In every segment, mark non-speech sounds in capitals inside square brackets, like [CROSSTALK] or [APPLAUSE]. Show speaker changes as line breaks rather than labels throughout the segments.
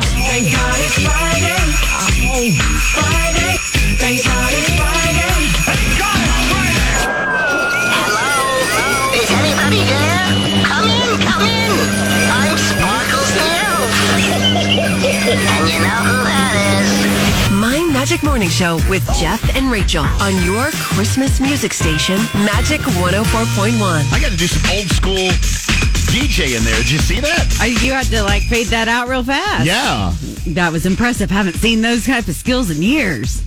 Thank God it's Friday. Oh, Friday. Thank God it's Friday.
Hello? Is anybody there? Come in, come in. I'm Sparkles the Elf. and you know who that is.
My Magic Morning Show with Jeff and Rachel on your Christmas music station, Magic 104.1.
I got to do some old school DJ in there. Did you see that?
Oh, you had to like fade that out real fast.
Yeah.
That was impressive. Haven't seen those type of skills in years.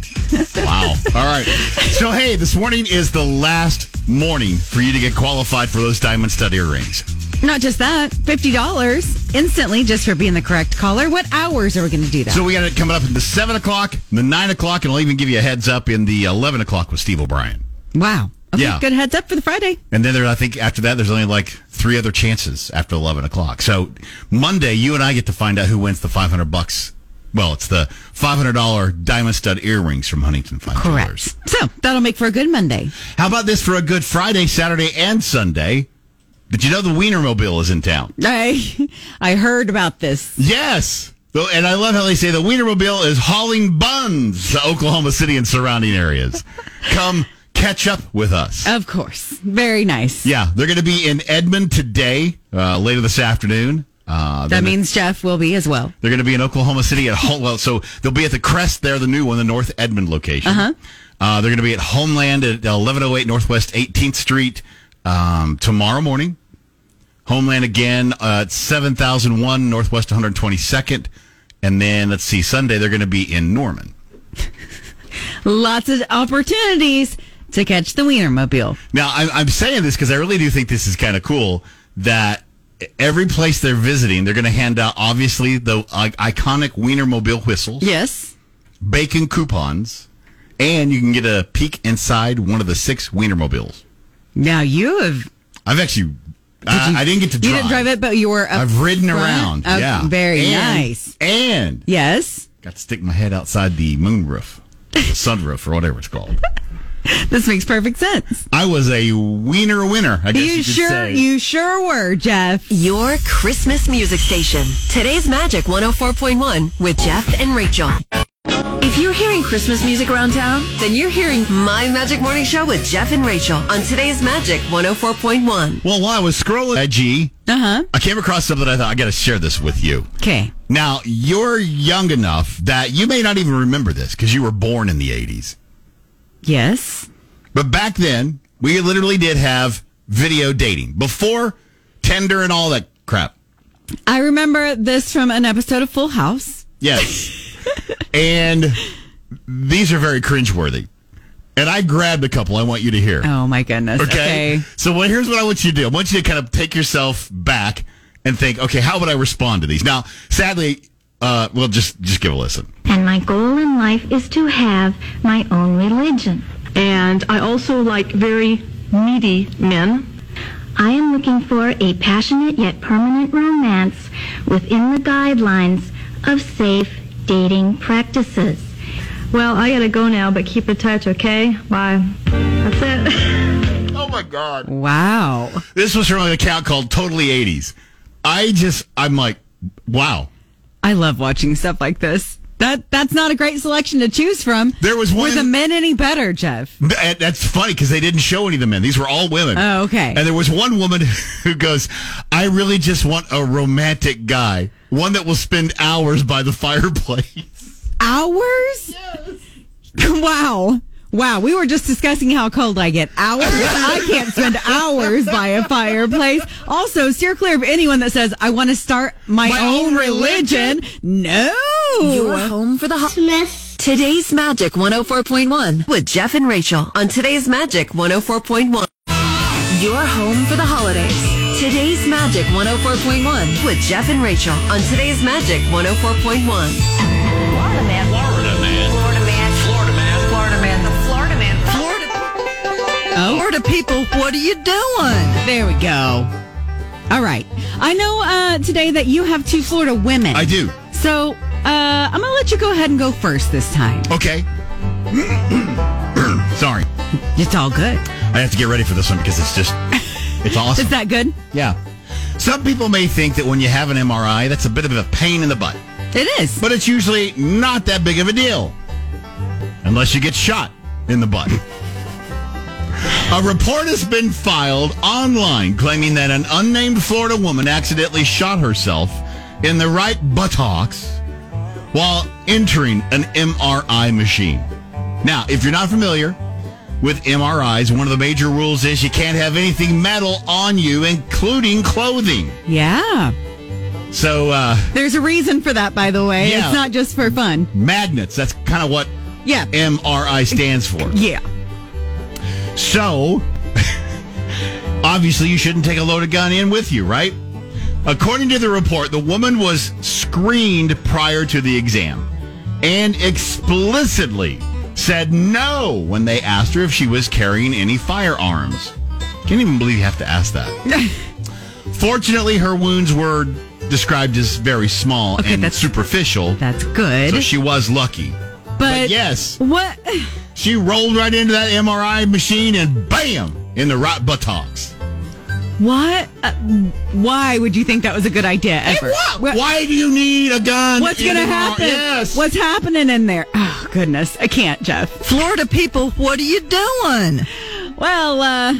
Wow. All right. So, hey, this morning is the last morning for you to get qualified for those diamond stud earrings.
Not just that, fifty dollars instantly just for being the correct caller. What hours are we going to do that?
So, we got it coming up in the 7 o'clock, the 9 o'clock, and I'll even give you a heads up in the 11 o'clock with Steve O'Brien.
wow. Okay,
Yeah.
good heads up for the Friday.
And then there, I think after that, there's only like three other chances after 11 o'clock. So, Monday, you and I get to find out who wins the 500 bucks. Well, it's the $500 diamond stud earrings from Huntington Fine Jewelers.
So that'll make for a good Monday.
How about this for a good Friday, Saturday, and Sunday? Did you know the Wienermobile is in town?
I [LAUGHS] I heard about this.
Yes. Though- And I love how they say the Wienermobile is hauling buns to Oklahoma City and surrounding areas. Come catch up with us.
Of course, very nice.
Yeah, they're going to be in Edmond today, uh, later this afternoon. Uh,
That
then
means Jeff will be as well.
they're going to be in Oklahoma City at home. Well, so they'll be at the Crest there, the new one, the North Edmond location. Uh-huh. they're going to be at Homeland at uh, 1108 Northwest 18th Street um, tomorrow morning. Homeland again uh, at 7001 Northwest 122nd. And then, let's see, Sunday they're going to be in Norman.
Lots of opportunities to catch the Wienermobile.
Now, I'm, I'm saying this because I really do think this is kind of cool that every place they're visiting, they're going to hand out, obviously, the uh, iconic Wienermobile whistles.
Yes.
bacon coupons, and you can get a peek inside one of the six Wienermobiles.
Now you have
I've actually, I, I didn't get to drive.
You didn't drive it, but you were. Up
I've ridden
front.
around.
Up-
yeah,
Very
And-
nice.
And
Yes.
got to stick my head outside the moonroof, the sunroof, or whatever it's called.
This makes perfect sense.
I was a wiener winner. I guess you,
You
could
sure?
say.
You sure were, Jeff.
Your Christmas music station. Today's Magic 104.1 with Jeff and Rachel. If you're hearing Christmas music around town, then you're hearing My Magic Morning Show with Jeff and Rachel on today's Magic 104.1.
well, while I was scrolling IG,
Uh huh.
I came across something I thought I got to share this with you.
Okay.
Now, you're young enough that you may not even remember this because you were born in the 80s.
Yes.
But back then, we literally did have video dating before Tinder and all that crap.
I remember this from an episode of Full House.
Yes. and these are very cringeworthy. And I grabbed a couple I want you to hear.
Oh my goodness.
okay? So well, here's what I want you to do I want you to kind of take yourself back and think, okay, how would I respond to these? Now, sadly, uh, well, just just give a listen.
And my goal in life is to have my own religion.
And I also like very meaty men.
I am looking for a passionate yet permanent romance within the guidelines of safe dating practices.
Well, I gotta go now, but keep in touch, okay? Bye. That's it.
Oh my God.
Wow.
This was from an account called Totally 80s. I just, I'm like, wow.
I love watching stuff like this. That that's not a great selection to choose from.
There was
Were
one-
the men any better,
[LAUGHS]
Jeff?
Th- That's funny because they didn't show any of the men. These were all women.
Oh, okay.
And there was one woman [LAUGHS] who goes, I really just want a romantic guy, one that will spend hours by the fireplace. [LAUGHS]
Hours. [LAUGHS] wow. Wow, we were just discussing how cold I get. Hours? I can't spend hours by a fireplace. Also, steer clear of anyone that says, I want to start my,
My
own,
own
religion. No.
You're home for the holidays. Today's Magic 104.1 with Jeff and Rachel on today's Magic 104.1. You're home for the holidays. Today's Magic 104.1 with Jeff and Rachel on today's Magic 104.1.
Florida man. Florida man. Florida man. Florida man. Florida man. The Florida man.
Oh. Or to people, what are you doing? There we go. All right. I know uh, today that you have two Florida women.
I do.
So uh, I'm going to let you go ahead and go first this time.
Okay. [CLEARS THROAT] Sorry.
It's all good.
I have to get ready for this one because it's just,
[LAUGHS]
it's awesome.
Is that good?
yeah. Some people may think that when you have an MRI, that's a bit of a pain in the butt.
It is.
but it's usually not that big of a deal unless you get shot in the
[LAUGHS]
butt. A report has been filed online claiming that an unnamed Florida woman accidentally shot herself in the right buttocks while entering an MRI machine. Now, if you're not familiar with MRIs, one of the major rules is you can't have anything metal on you, including clothing.
Yeah.
So, uh,
There's a reason for that, by the way.
Yeah.
It's not just for fun.
magnets, that's kind of what
Yeah.
MRI stands for.
Yeah.
So, [LAUGHS] obviously, you shouldn't take a loaded gun in with you, right? According to the report, the woman was screened prior to the exam and explicitly said no when they asked her if she was carrying any firearms. Can't even believe you have to ask
[LAUGHS]
that. Fortunately, her wounds were described as very small
Okay,
and
that's-
superficial,
That's good.
so she was lucky.
but,
but yes.
What?
She rolled right into that MRI machine and bam, in the right buttocks.
What? Uh, why would you think that was a good idea ever? Wha-
Why do you need a gun?
What's
in
going to
an MRI?
happen?
Yes.
What's happening in there? Oh, goodness. I can't, Jeff.
Florida people, what are you doing?
Well, uh,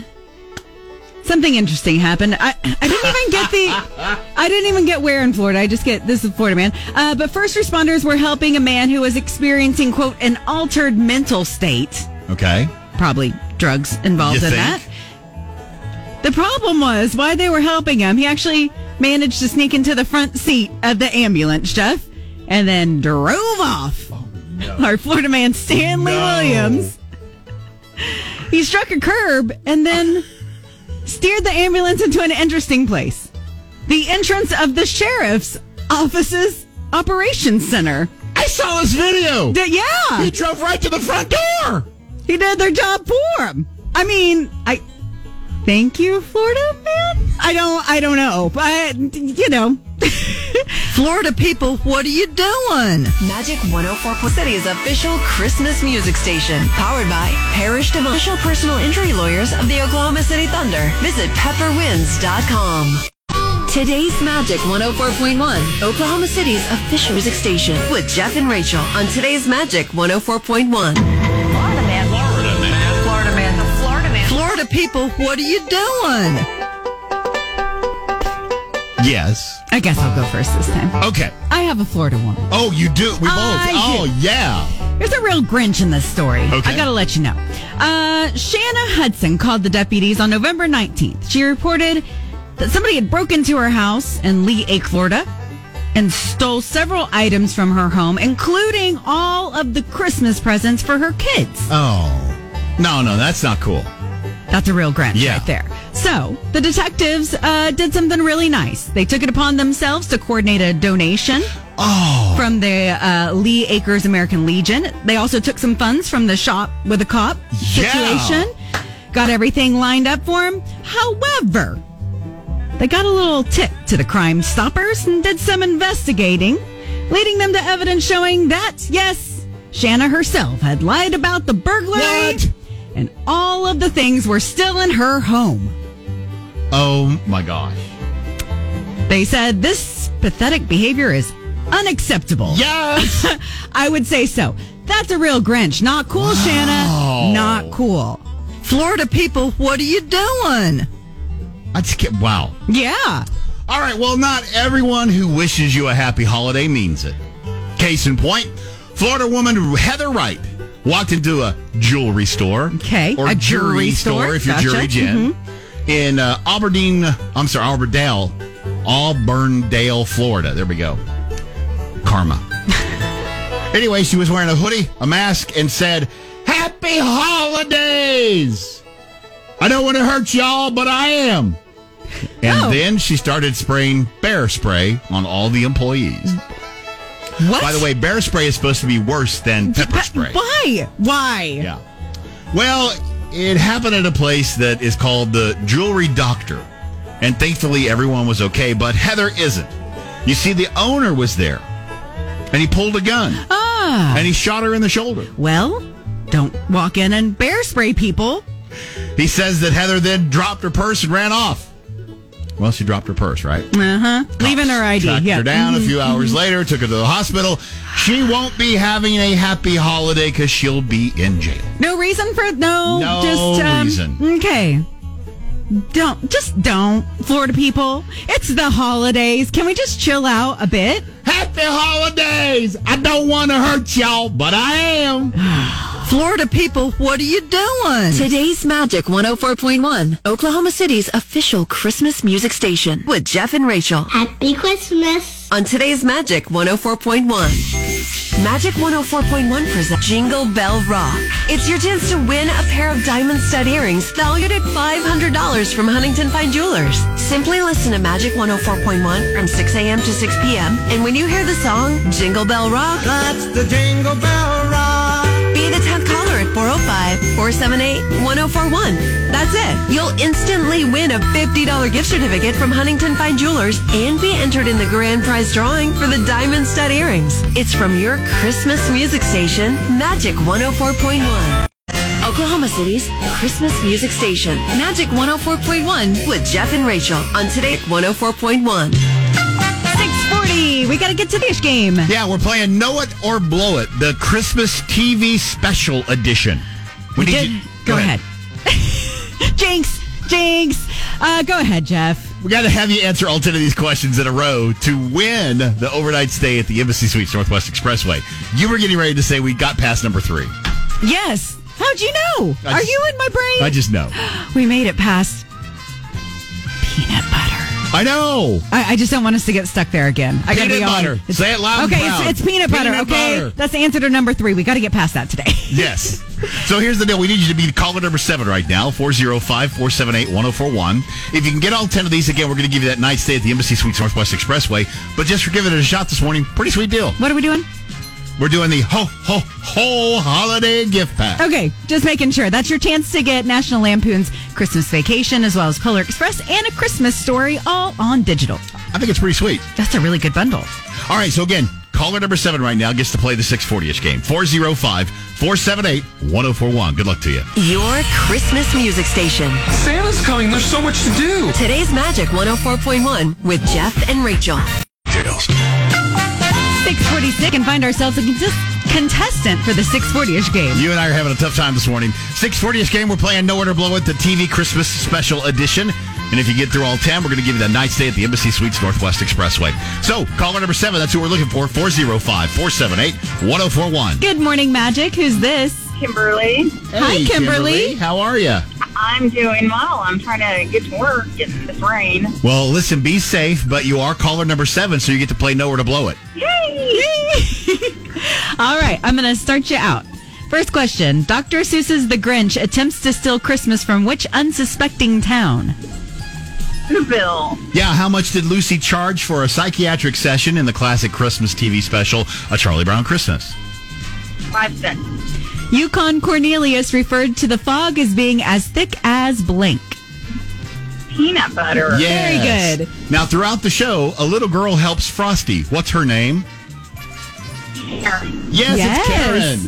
something interesting happened. I, I didn't even
[LAUGHS]
get the, I didn't even get where in Florida. I just get this is Florida man. Uh, but first responders were helping a man who was experiencing quote an altered mental state.
okay.
Probably drugs involved
You
in
think?
that. The problem was why they were helping him. He actually managed to sneak into the front seat of the ambulance, Jeff, and then drove off. [LAUGHS] Our Florida man Stanley
Oh, No.
Williams he struck a curb and
[LAUGHS]
then steered the ambulance into an interesting place the entrance of the sheriff's office's operations center.
I saw this video.
D- yeah,
He drove right to the front door.
he did their job for him. I mean, I thank you, Florida man. I don't, I don't know, but you know,
Florida [LAUGHS] people, what are you doing?
Magic 104.4 City's official Christmas music station. Powered by Parish Devotion. Official personal injury lawyers of the Oklahoma City Thunder. Visit pepperwinds.com. Today's Magic 104.1, Oklahoma City's official music station. With Jeff and Rachel on today's Magic 104.1.
Florida man. Florida man. Florida man. The Florida man. Florida people, what are you doing?
Yes.
I guess I'll go first this time.
Okay.
I have a Florida woman.
Oh, you do. We both.
I
oh,
do.
yeah.
There's a real Grinch in this story.
Okay.
I gotta let you know. Uh, Shanna Hudson called the deputies on November 19th. She reported that somebody had broke into her house in Lee Lake, Florida, and stole several items from her home, including all of the Christmas presents for her kids.
Oh. No, no, that's not cool.
That's a real Grinch
Yeah.
right there. So the detectives uh, did something really nice. They took it upon themselves to coordinate a donation from the uh, Lee Acres American Legion. They also took some funds from the shop with a cop
Yeah.
situation. Got everything lined up for him. However, they got a little tip to the crime stoppers and did some investigating, leading them to evidence showing that, yes, Shanna herself had lied about the burglary.
What?
And all of the things were still in her home.
Oh my gosh.
They said this pathetic behavior is unacceptable.
Yes.
[LAUGHS] I would say so. That's a real Grinch. Not cool, Shanna. Not cool.
Florida people, what are you doing?
I just can't. Wow.
Yeah.
All right, well, not everyone who wishes you a happy holiday means it. Case in point, Florida woman Heather Wright walked into a jewelry store.
Okay,
Or
a
a
jewelry
jewelry store,
store,
if you're
gotcha,
jury
Mm-hmm.
Jen. In uh, Aberdeen, I'm sorry, Auburndale, Auburndale, Florida. There we go.
[LAUGHS]
Karma. anyway, she was wearing a hoodie, a mask, and said, Happy Holidays! I don't want to hurt y'all, but I am. And
Oh.
then she started spraying bear spray on all the employees.
What?
By the way, bear spray is supposed to be worse than pepper
But
spray.
Why? Why?
Yeah. Well, it happened at a place that is called the Jewelry Doctor. And thankfully, everyone was okay, but Heather isn't. You see, the owner was there. And he pulled a gun.
Ah.
And he shot her in the shoulder.
Well, don't walk in and bear spray people.
He says that Heather then dropped her purse and ran off. Well, she dropped her purse, right?
Uh huh. Leaving her ID.
Tracked
yeah. Mm-hmm.
her down a few hours later, took her to the hospital. She won't be having a happy holiday because she'll be in jail.
No reason for no.
No
just, um,
reason.
Okay. Don't just don't, Florida people. It's the holidays. Can we just chill out a bit?
Happy holidays! I don't want to hurt y'all, but I am.
Florida people, what are you doing?
Today's Magic 104.1, Oklahoma City's official Christmas music station with Jeff and Rachel.
Happy Christmas.
On today's Magic 104.1, Magic 104.1 presents Jingle Bell Rock. It's your chance to win a pair of diamond stud earrings valued at $500 from Huntington Fine Jewelers. Simply listen to Magic 104.1 from 6 a.m. to 6 p.m. And when you hear the song Jingle Bell Rock,
That's the Jingle Bell Rock.
Be the 10th caller at 405-478-1041. That's it. You'll instantly win a $50 gift certificate from Huntington Fine Jewelers and be entered in the grand prize drawing for the Diamond Stud Earrings. It's from your Christmas music station, Magic 104.1. Oklahoma City's Christmas Music Station, Magic 104.1 with Jeff and Rachel on today oh at 104.1.
640. We got to get to the ish game.
Yeah, we're playing Know It or Blow It, the Christmas TV special edition. We, need
Did-
you-
go, ahead. [LAUGHS] Jinx. Jinx. Uh, go ahead, Jeff.
We got to have you answer all 10 of these questions in a row to win the overnight stay at the Embassy Suites Northwest Expressway. You were getting ready to say we got past number three.
Yes. How'd you know?
I
Are
just-
you in my brain?
I just know.
we made it past peanut butter.
I know.
I, I just don't want us to get stuck there again. I gotta
Peanut
be honest.
butter.
It's-
Say it loud and
Okay,
proud.
It's, it's peanut butter.
Peanut
okay,
butter.
that's the answer to number three. We got to get past that today. [LAUGHS]
Yes. So here's the deal. We need you to be caller number seven right now, 405-478-1041. If you can get all 10 of these, again, we're going to give you that night stay at the Embassy Suites Northwest Expressway. But just for giving it a shot this morning, pretty sweet deal.
what are we doing?
We're doing the ho, ho, ho holiday gift pack.
Okay, just making sure. That's your chance to get National Lampoon's Christmas Vacation, as well as Polar Express and a Christmas Story, all on digital.
I think it's pretty sweet.
That's a really good bundle.
All right, so again, caller number seven right now gets to play the 640-ish game. 405-478-1041. Good luck to you.
Your Christmas music station.
Santa's coming. There's so much to do.
Today's Magic 104.1 with Jeff and Rachel.
646 and find ourselves a consist- contestant for the 640-ish game.
You and I are having a tough time this morning. 640-ish game, we're playing Nowhere to Blow It, the TV Christmas Special Edition. And if you get through all 10, we're going to give you that night stay at the Embassy Suites Northwest Expressway. So, caller number seven, that's who we're looking for, 405-478-1041.
Good morning, Magic. Who's this?
Kimberly.
Hi,
Hey,
Kimberly.
How are you?
I'm doing well. I'm trying to get to work in this rain.
Well, listen, be safe, but you are caller number seven, so you get to play Nowhere to Blow It.
All right, I'm going to start you out. First question. Dr. Seuss's The Grinch attempts to steal Christmas from which unsuspecting town?
Newville.
Yeah, how much did Lucy charge for a psychiatric session in the classic Christmas TV special, A Charlie Brown Christmas?
Five cents.
Yukon Cornelius referred to the fog as being as thick as blank.
Peanut butter.
Yes.
good.
Now, throughout the show, a little girl helps Frosty. What's her name?
Karen.
Yes,
Yes.
it's Karen.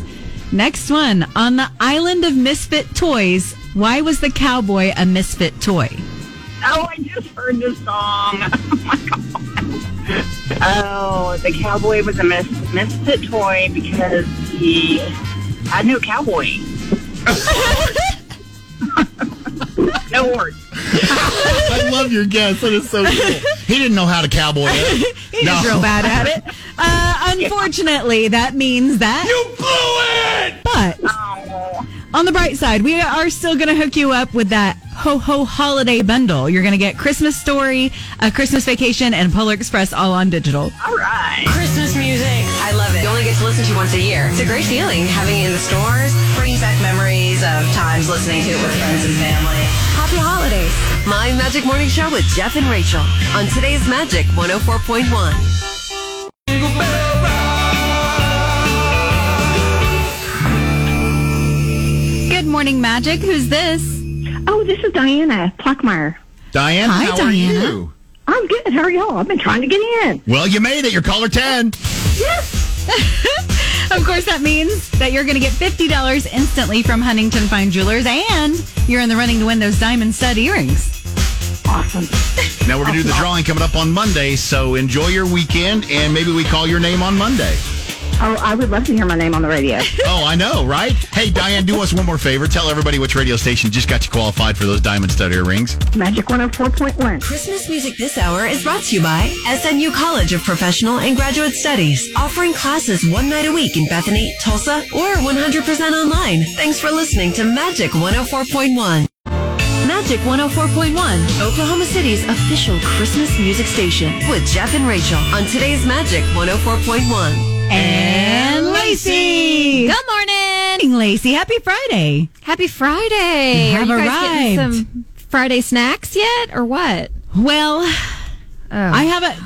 Next one. On the island of misfit toys, why was the cowboy a misfit toy?
Oh, I just heard this song. [LAUGHS] Oh, my God. Oh, the cowboy was a mis- misfit toy because he I knew a cowboy. [LAUGHS] no words.
I love your guess. That is so cool.
[LAUGHS]
He didn't know how to cowboy it.
He's real bad at [LAUGHS] it. Uh, unfortunately, that means that. You blew it! But
Oh,
on the bright side, we are still going to hook you up with that ho ho holiday bundle. You're going to get Christmas Story, a Christmas Vacation, and Polar Express all on digital.
all right.
Christmas music. I love it. You only get to listen to once a year. It's a great feeling having it in the stores. Brings back memories of times listening to it with friends and family. Happy holidays. My Magic Morning Show with Jeff and Rachel on today's Magic 104.1.
Good morning, Magic. Who's this?
Oh, this is Diana Pluckmeyer.
Diane,
Hi,
how are
Diana.
you?
I'm good. How are y'all? I've been trying to get in.
Well, you made it. You're caller 10.
Of course, that means that you're going to get $50 instantly from Huntington Fine Jewelers, and you're in the running to win those diamond stud earrings.
Awesome.
Now we're going to do the drawing coming up on Monday, so enjoy your weekend, and maybe we call your name on Monday.
Oh, I would love to hear my name on the radio.
[LAUGHS] Oh, I know, right? Hey, Diane, do us one more favor. Tell everybody which radio station just got you qualified for those diamond stud earrings.
Magic 104.1.
Christmas music this hour is brought to you by SMU College of Professional and Graduate Studies, offering classes one night a week in Bethany, Tulsa, or 100% online. Thanks for listening to Magic 104.1. Magic 104.1, Oklahoma City's official Christmas music station with Jeff and Rachel on today's Magic 104.1.
And Lacey.
Good morning.
Morning, Lacey. Happy Friday.
Happy Friday.
You have
Are you guys
arrived.
getting some Friday snacks yet or what? Oh.
Well, I have a.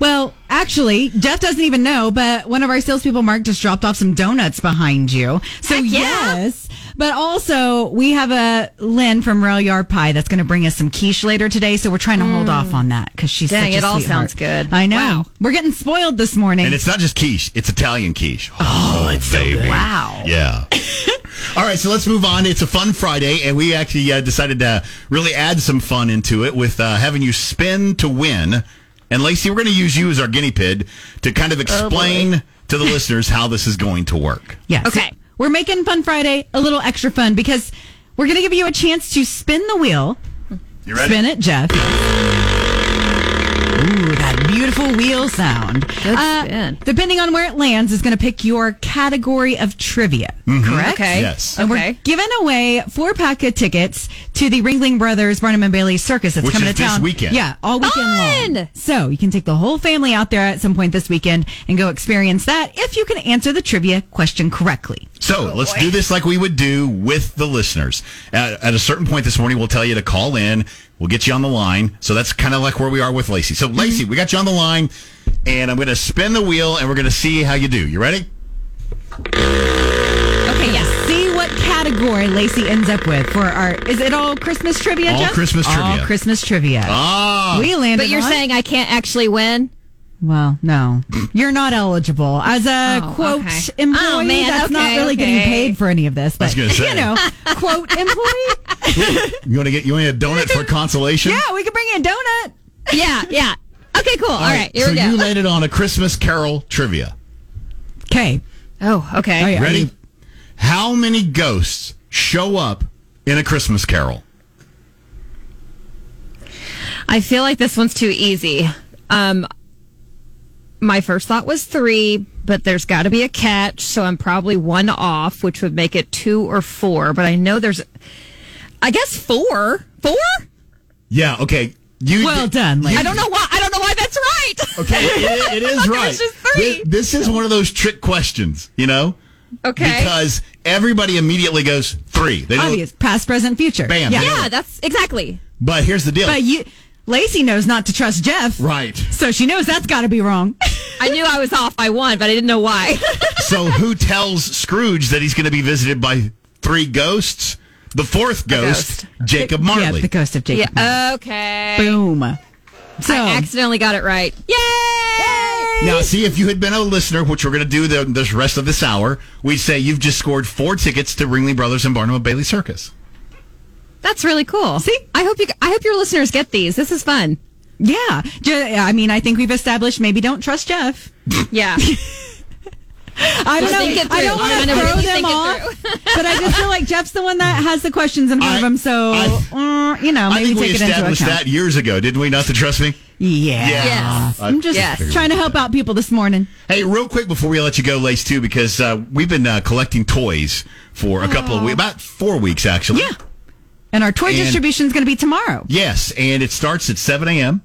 Well, actually, Jeff doesn't even know, but one of our salespeople, Mark, just dropped off some donuts behind you. So
Heck yeah.
yes, but also we have a Lynn from Rail Yard Pie that's going to bring us some quiche later today. So we're trying to hold off on that because she's
Mm. Dang,
such a
it all
sweetheart.
sounds good.
I know
Wow.
we're getting spoiled this morning.
And it's not just quiche, it's Italian quiche. Oh, baby.
wow. [LAUGHS]
Yeah. All right, so let's move on. It's a fun Friday, and we actually uh, decided to really add some fun into it with uh, having you spin to win. And Lacey, we're going to use you as our guinea pig to kind
Oh,
of explain to the listeners how this is going to work.
Yes.
Okay.
We're making Fun Friday a little extra fun because we're going to give you a chance to spin the wheel.
You
Spin it, Jeff. Ooh, that beautiful wheel sound. Uh,
Good spin.
Depending on where it lands, is going to pick your category of trivia. Correct?
Okay.
Yes.
And
Okay.
we're giving away four pack of tickets to the Ringling Brothers Barnum and Bailey Circus that's
Which
coming
is
to
this
town
weekend.
Yeah, all weekend long.
Fun!
So you can take the whole family out there at some point this weekend and go experience that if you can answer the trivia question correctly.
So let's do this like we would do with the listeners. At, at a certain point this morning, we'll tell you to call in. We'll get you on the line. So that's kind of like where we are with Lacey. So, Lacey, we got you on the line, and I'm going to spin the wheel, and we're going to see how you do. You ready?
Okay, yes. See what category Lacey ends up with for our. Is it all Christmas trivia?
All
Jeff?
Christmas
All
trivia.
Christmas trivia.
Ah.
we landed.
But you're
on-
saying [LAUGHS] I can't actually win?
well, no, you're not eligible as a
Oh,
quote
okay.
employee.
Oh, man,
that's not
okay,
really getting
okay.
paid for any of this. But
gonna say.
you know,
[LAUGHS]
quote employee.
You want to get you want a donut for consolation?
yeah, we can bring in a donut.
Yeah, yeah. Okay, cool. All right, here
so
we go.
you landed on a Christmas Carol trivia.
Okay,
oh, okay.
Are you-
Ready? How many ghosts show up in a Christmas Carol?
I feel like this one's too easy. Um, my first thought was three, but there's got to be a catch, so I'm probably one off, which would make it two or four. But I know there's, I guess four, four.
Yeah. Okay. You
well
did-
done. Lacey.
I don't know why. I don't know why that's right.
Okay, [LAUGHS] it-
[LAUGHS]
it is
Okay,
right.
it's just three.
Thi- This, is one of those trick questions, you know?
Okay.
Because everybody immediately goes three. They don't-
Obvious, past, present, future.
Bam.
Yeah.
yeah, that's exactly.
But here's the deal.
But you, Lacey knows not to trust Jeff, [LAUGHS]
right.
so she knows that's got to be wrong. [LAUGHS]
I knew I was off by one, but I didn't know why.
So who tells Scrooge that he's going to be visited by three ghosts? The fourth ghost,
ghost.
Jacob
Yeah,
Marley.
the ghost of Jacob.
yeah. [LAUGHS] Okay.
Boom. So
I accidentally got it right. Yay!
Now, see, if you had been a listener, which we're going to do the, this rest of this hour, we'd say you've just scored four tickets to Ringley Brothers and Barnum and Bailey Circus.
That's really cool. See, I hope you. I hope your listeners get these. This is fun.
yeah, Ju- I mean, I think we've established maybe don't trust Jeff.
[LAUGHS] Yeah.
I don't
Just
know.
think it
I don't
through. I
want to
don't know.
throw
Really
them
think it
off, but I just feel like Jeff's the one that has the questions in front of
I-
him. So
I-
mm, you know,
I
maybe
think we
take it into account.
established that years ago, didn't we? Not [LAUGHS] to trust me?
Yeah.
Yes.
I'm just
Yes.
trying to help out people this morning.
Hey, real quick before we let you go, Lace, too, because uh, we've been uh, collecting toys for a couple of weeks, about four weeks, actually.
Yeah. And our toy
And-
distribution is going to be tomorrow.
Yes, and it starts at 7 a.m.,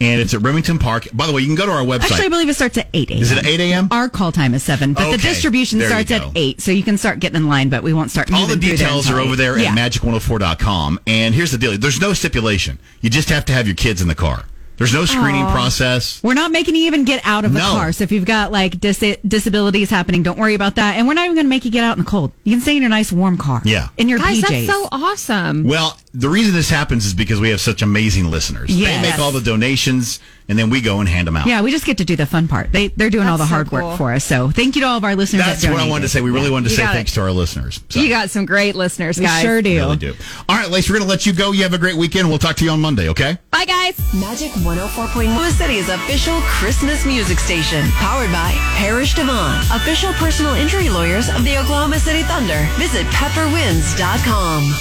and it's at Remington Park. By the way, you can go to our website.
Actually, I believe it starts at 8 a.m.
Is it 8 a.m.?
Our call time is 7, but the
Okay,
distribution
there you
starts
go.
at 8, so you can start getting in line, but we won't start
All the
moving through there
details
until
are over there
8.
at magic104.com. And here's the deal there's no stipulation. You just have to have your kids in the car. There's no screening process.
We're not making you even get out of the
No.
car. So if you've got like dis- disabilities happening, don't worry about that. And we're not even going to make you get out in the cold. You can stay in your nice warm car.
Yeah.
In your
Guys,
PJs.
that's so awesome.
Well, the reason this happens is because we have such amazing listeners.
Yes.
They make all the donations, and then we go and hand them out.
Yeah, we just get to do the fun part. They they're doing all the
That's so
hard
cool.
work for us. So thank you to all of our listeners.
That's
that
what I
donated.
wanted to say. We really wanted to
You
say
got it.
thanks to our listeners. So,
You got some great listeners,
We
guys.
sure do.
really do. All right, Lace, we're going to let you go. You have a great weekend. We'll talk to you on Monday, okay?
Bye, guys.
Magic 104.1 Iowa City's official Christmas music station, powered by Parish Devon, official personal injury lawyers of the Oklahoma City Thunder. Visit pepperwinds.com.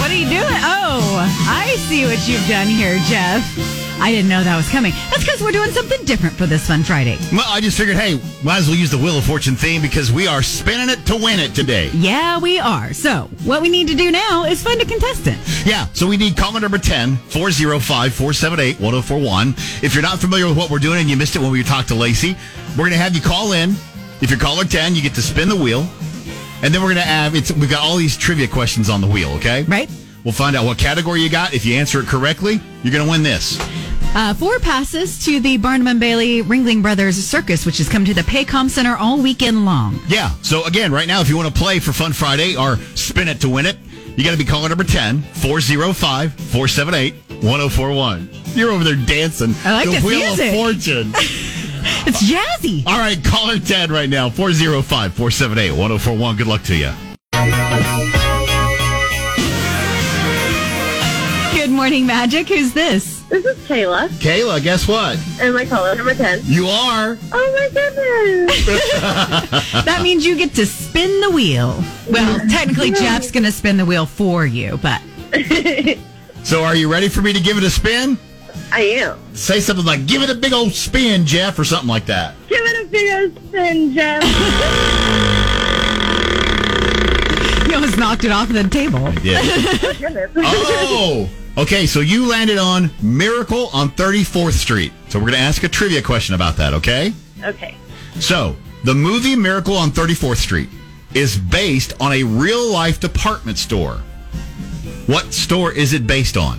What are you doing? Oh, I see what you've done here, Jeff. I didn't know that was coming. That's because we're doing something different for this Fun Friday.
Well, I just figured, hey, might as well use the Wheel of Fortune theme because we are spinning it to win it today.
Yeah, we are. So, what we need to do now is find a contestant.
Yeah, so we need caller number 10, 405-478-1041. If you're not familiar with what we're doing and you missed it when we talked to Lacey, we're going to have you call in. If you're caller 10, you get to spin the wheel. And then we're going to have, it's, we've got all these trivia questions on the wheel, okay?
Right.
We'll find out what category you got. If you answer it correctly, you're going to win this.
Uh, four passes to the Barnum and Bailey Ringling Brothers Circus, which has come to the Paycom Center all weekend long.
Yeah. So again, right now, if you want to play for Fun Friday or spin it to win it, you got to be caller number 10, 405 478 1041. You're over there dancing.
I like
the
this
Wheel
music.
of Fortune.
[LAUGHS] It's jazzy.
All right, caller 10 right now, 405 478 1041. Good luck to you.
Good morning, Magic. Who's this?
This is Kayla,
Kayla, guess what?
and my caller number 10.
You are.
Oh my
[LAUGHS]
goodness!
That means you get to spin the wheel. Well, technically, Jeff's going to spin the wheel for you, but
So, are you ready for me to give it a spin?
I am.
Say something like, give it a big old spin, Jeff, or something like that.
Give it a big old spin, Jeff.
he almost knocked it off the table.
Yeah. oh! Okay, so you landed on Miracle on 34th Street. So, we're going to ask a trivia question about that, okay?
okay.
So, the movie Miracle on 34th Street is based on a real life department store. What store is it based on?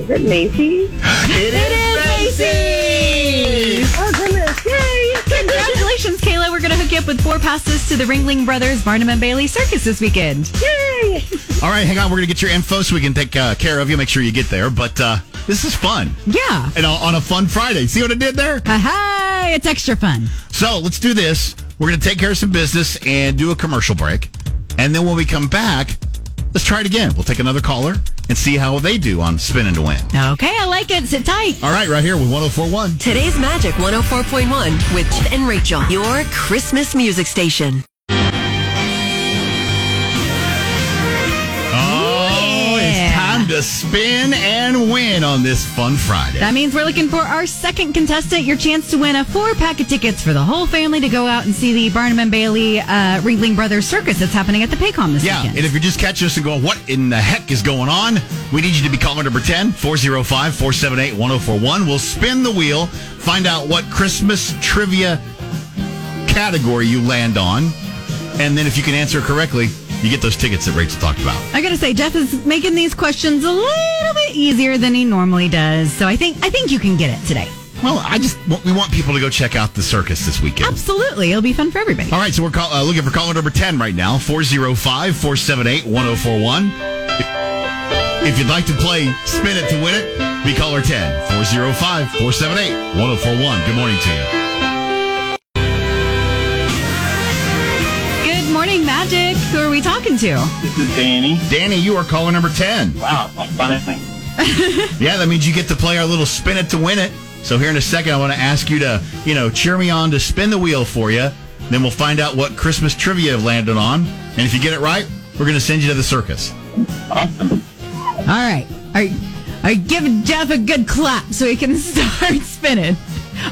Is it Macy's?
It is Macy's.
Oh goodness! Yay!
Congratulations, Kayla. We're going to hook you up with four passes to the Ringling Brothers Barnum and Bailey Circus this weekend.
Yay!
All right, hang on. We're gonna get your info so we can take uh, care of you. Make sure you get there. But uh, this is fun,
Yeah.
and uh, on on a fun Friday. See what I did there?
Hi, it's extra fun.
So let's do this. We're gonna take care of some business and do a commercial break, and then when we come back, let's try it again. We'll take another caller and see how they do on spinning to win.
Okay, I like it. Sit tight.
All right, right here with 1041.
Today's Magic 104.1 with Jeff and Rachel, your Christmas music station.
Oh, it's time to spin and win on this fun Friday.
That means we're looking for our second contestant. Your chance to win a four pack of tickets for the whole family to go out and see the Barnum and Bailey uh, Ringling Brothers Circus that's happening at the Paycom this
Yeah,
weekend.
and if you're just catching us and going, what in the heck is going on? We need you to be caller number 10, 405 478 1041. We'll spin the wheel, find out what Christmas trivia category you land on, and then if you can answer correctly, you get those tickets that Rachel talked about.
I gotta say, Jeff is making these questions a little bit easier than he normally does. So I think I think you can get it today.
Well, I just, want- we want people to go check out the circus this weekend.
Absolutely, it'll be fun for everybody.
All right, so we're call, uh, looking for caller number 10 right now, 405 478 1041. If you'd like to play Spin It to Win It, be caller 10 405 478 1041. Good morning to you.
Good morning, Magic. Who are we talking to?
This is Danny.
Danny, you are caller number 10.
Wow, finally.
Yeah, that means you get to play our little Spin It to Win It. So here in a second, I want to ask you to, you know, cheer me on to spin the wheel for you. Then we'll find out what Christmas trivia have landed on. And if you get it right, we're going to send you to the circus.
Awesome.
All right. All right. All right. Give Jeff a good clap so he can [LAUGHS] start spinning.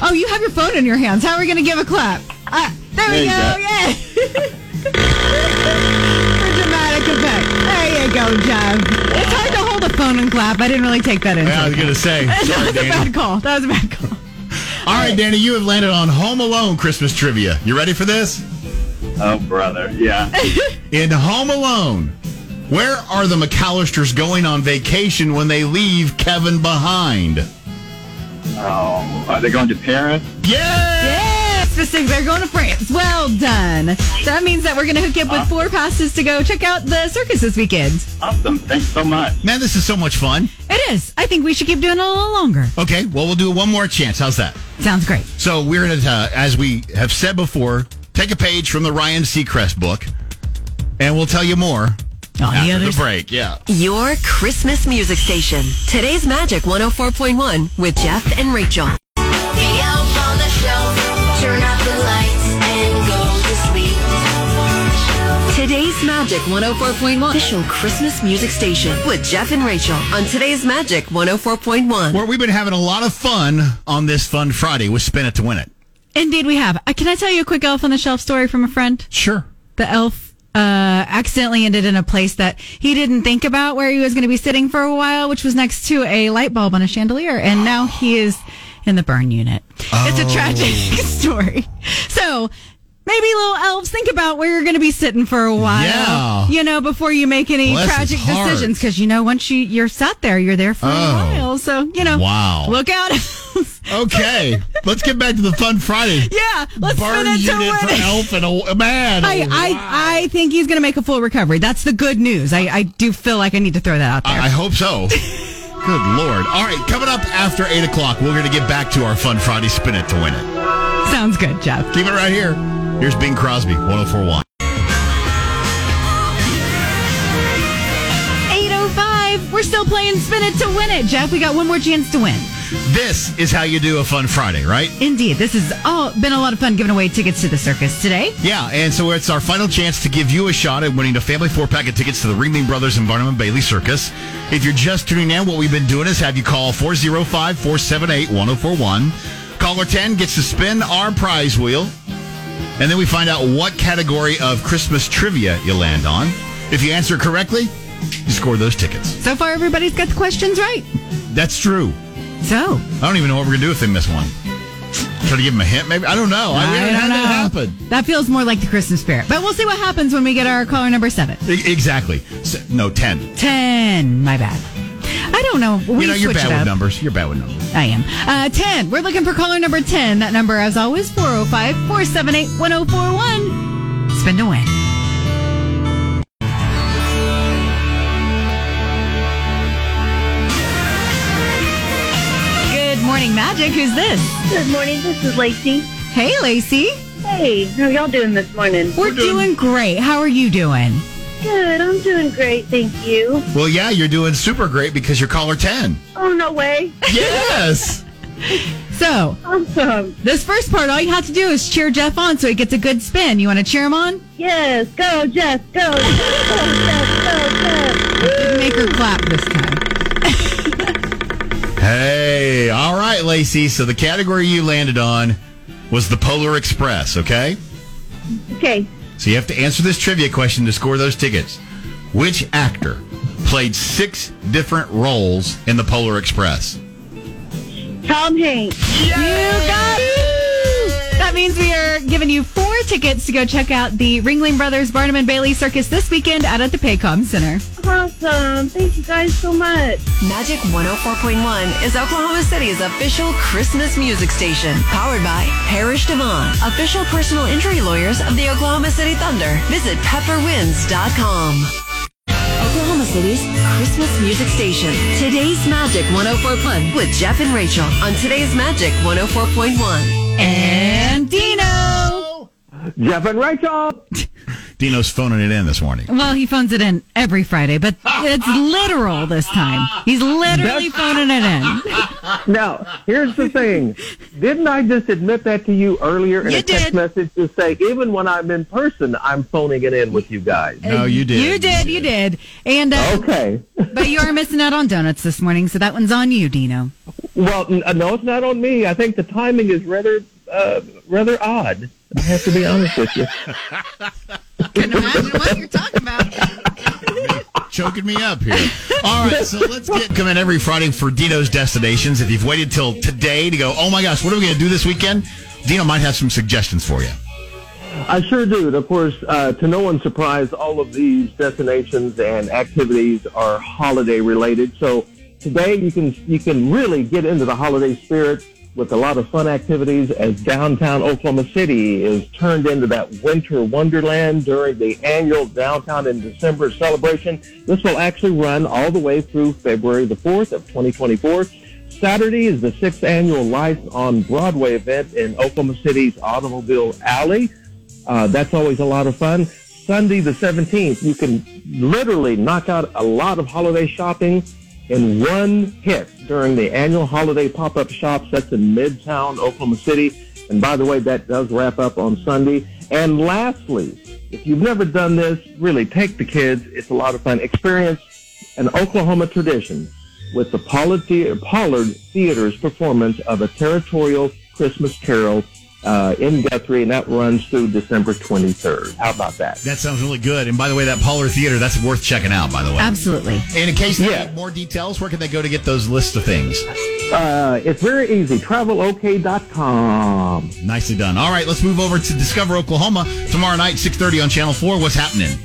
Oh, you have your phone in your hands. How are we going to give a clap? Ah, there, we go.
There you
Yeah. [LAUGHS] For dramatic effect. There you go, Jeff. It's hard to hold a phone and clap. I didn't really take that into
Yeah, I was
account.
going to say.
[LAUGHS] That
[LAUGHS] Sorry,
was a
Danny.
bad call. That was a bad call.
All right, Danny, you have landed on Home Alone Christmas trivia. You ready for this?
Oh, brother. Yeah.
In Home Alone, where are the McAllisters going on vacation when they leave Kevin behind?
Oh, are they going to Paris?
Yeah!
Yes. specific. They're going to France. Well done. That means that we're going to hook you up with four passes to go check out the circus this weekend.
Awesome. Thanks so much.
Man, this is so much fun.
It is. I think we should keep doing it a little longer.
Okay, well, we'll do one more chance. How's that?
Sounds great.
So we're going to, uh, as we have said before, take a page from the Ryan Seacrest book, and we'll tell you more after the break. Yeah.
Your Christmas music station. Today's Magic 104.1 with Jeff and Rachel.
The elf on the shelf, turn out the lights and go to sleep.
Today's Magic 104.1 official Christmas music station with Jeff and Rachel on today's Magic 104.1.
Where we've been having a lot of fun on this Fun Friday with Spin It to Win It.
Indeed, we have. Uh, can I tell you a quick elf on the shelf story from a friend?
Sure.
The elf uh, accidentally ended in a place that he didn't think about where he was going to be sitting for a while, which was next to a light bulb on a chandelier. And now he is in the burn unit. It's
Oh.
a tragic [LAUGHS] story. So maybe little elves think about where you're going to be sitting for a while.
Yeah.
You know, before you make any
Bless his
tragic
heart.
decisions. Because, you know, once you, you're sat there, you're there for
Oh.
a while. So, you know,
Wow.
look out. [LAUGHS]
Okay, let's get back to the Fun Friday.
[LAUGHS] yeah. Let's
Burn
spin it to
unit
win
for
it.
Elf and a man.
I, I, I think he's going to make a full recovery. That's the good news. I, I do feel like I need to throw that out there.
I, I hope so. Good lord. All right, coming up after 8 o'clock, we're going to get back to our Fun Friday Spin It to Win It.
Sounds good, Jeff.
Keep it right here. Here's Bing Crosby, 1041.
805. We're still playing Spin It to Win It, Jeff. We got one more chance to win.
This is how you do a Fun Friday, right?
Indeed. This has all been a lot of fun giving away tickets to the circus today.
Yeah, and so it's our final chance to give you a shot at winning a family four pack of tickets to the Ringling Brothers and Barnum and Bailey Circus. If you're just tuning in, what we've been doing is have you call 405 478 1041. Caller 10 gets to spin our prize wheel, and then we find out what category of Christmas trivia you land on. If you answer correctly, you score those tickets.
So far, everybody's got the questions right.
That's true.
So,
I don't even know what we're going to do if they miss one. Try to give them a hint, maybe? I don't know. I,
I
haven't
don't
had that
know.
happen.
That feels more like the Christmas spirit. But we'll see what happens when we get our caller number seven.
E- Exactly. Se- No, 10.
10. My bad. I don't know. We
you know, you're
switch
bad
it
with
up.
numbers. You're bad with numbers.
I am. Uh, 10. We're looking for caller number 10. That number, as always, 405 478 1041. Spin to win. Good morning, Magic. Who's this?
Good morning. This is Lacey.
Hey, Lacey.
Hey, how y'all doing this morning?
We're, doing great. How are you doing?
Good. I'm doing great. Thank you.
Well, yeah, you're doing super great because you're caller
[LAUGHS]
10.
Oh, no way.
Yes.
So,
awesome.
This first part, all you have to do is cheer Jeff on so he gets a good spin. You want to cheer him on?
Yes. Go, Jeff. Go. Go, Jeff. Go, Jeff.
Didn't Make her clap this time.
hey, all right, Lacey. So the category you landed on was the Polar Express, okay?
Okay.
So you have to answer this trivia question to score those tickets. Which actor played six different roles in the Polar Express?
Tom Hanks.
You got it! That means we are giving you four tickets to go check out the Ringling Brothers Barnum and Bailey Circus this weekend out at the Paycom Center.
Awesome. Thank you guys so much.
Magic 104.1 is Oklahoma City's official Christmas music station, powered by Parish Devon, official personal injury lawyers of the Oklahoma City Thunder. Visit pepperwinds.com. Oklahoma City's Christmas music station. Today's Magic 104.1 with Jeff and Rachel on today's Magic 104.1.
And Dino!
Jeff and Rachel. Dino's phoning it in this morning.
Well, he phones it in every Friday, but it's literal this time. He's literally phoning it in.
Now, here's the thing. Didn't I just admit that to you earlier in
You
a text
did.
message to say, even when I'm in person, I'm phoning it in with you guys?
No, Oh, you
You did, you did. And uh,
Okay.
But you are missing out on donuts this morning, so that one's on you, Dino.
Well, n- uh, no, it's not on me. I think the timing is rather, uh, rather odd. I have to be honest with you.
choking me up here. All right, so let's get come in every Friday for Dino's destinations. If you've waited till today to go, oh my gosh, what are we going to do this weekend? Dino might have some suggestions for you.
I sure do. And of course, uh, to no one's surprise, all of these destinations and activities are holiday related. So today you can you can really get into the holiday spirit. with a lot of fun activities as downtown Oklahoma City is turned into that winter wonderland during the annual Downtown in December celebration. This will actually run all the way through February the 4th of 2024. Saturday is the sixth annual Lights on Broadway event in Oklahoma City's Automobile Alley. Uh, that's always a lot of fun. Sunday the 17th, you can literally knock out a lot of holiday shopping in one hit during the annual holiday pop-up shops. That's in Midtown, Oklahoma City. And by the way, that does wrap up on Sunday. And lastly, if you've never done this, really take the kids. It's a lot of fun. Experience an Oklahoma tradition with the Pollard, the- Pollard Theater's performance of a territorial Christmas carol uh, in Guthrie, and that runs through December 23rd. How about that?
That sounds really good. And by the way, that Pollard Theater, that's worth checking out, by the way.
Absolutely.
And in case they
Yeah.
need more details, where can they go to get those lists of things?
Uh, it's very easy. TravelOK.com.
Nicely done. All right, let's move over to Discover Oklahoma tomorrow night, 6.30 on Channel 4. What's happening?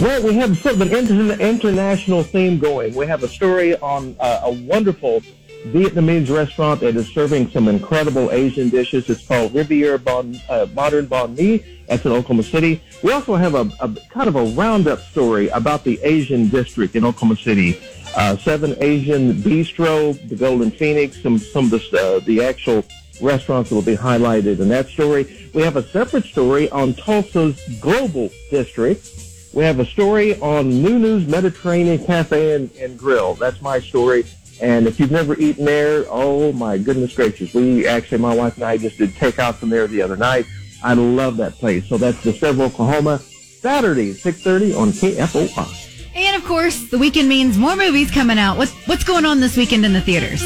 Well, we have sort of an inter- international theme going. We have a story on uh, a wonderful Vietnamese restaurant that is serving some incredible Asian dishes. It's called Riviera bon, uh, Modern Banh Mi. That's in Oklahoma City. We also have a, a kind of a roundup story about the Asian district in Oklahoma City. Uh, Seven Asian Bistro, the Golden Phoenix, some some of the uh, the actual restaurants that will be highlighted in that story. We have a separate story on Tulsa's Global District. We have a story on Nunu's Mediterranean Cafe and, and Grill. That's my story. And if you've never eaten there, oh my goodness gracious. We actually, my wife and I just did takeout from there the other night. I love that place. So that's Discover Oklahoma, Saturday, 6.30 on KFOI.
And of course, the weekend means more movies coming out. What's what's going on this weekend in the theaters?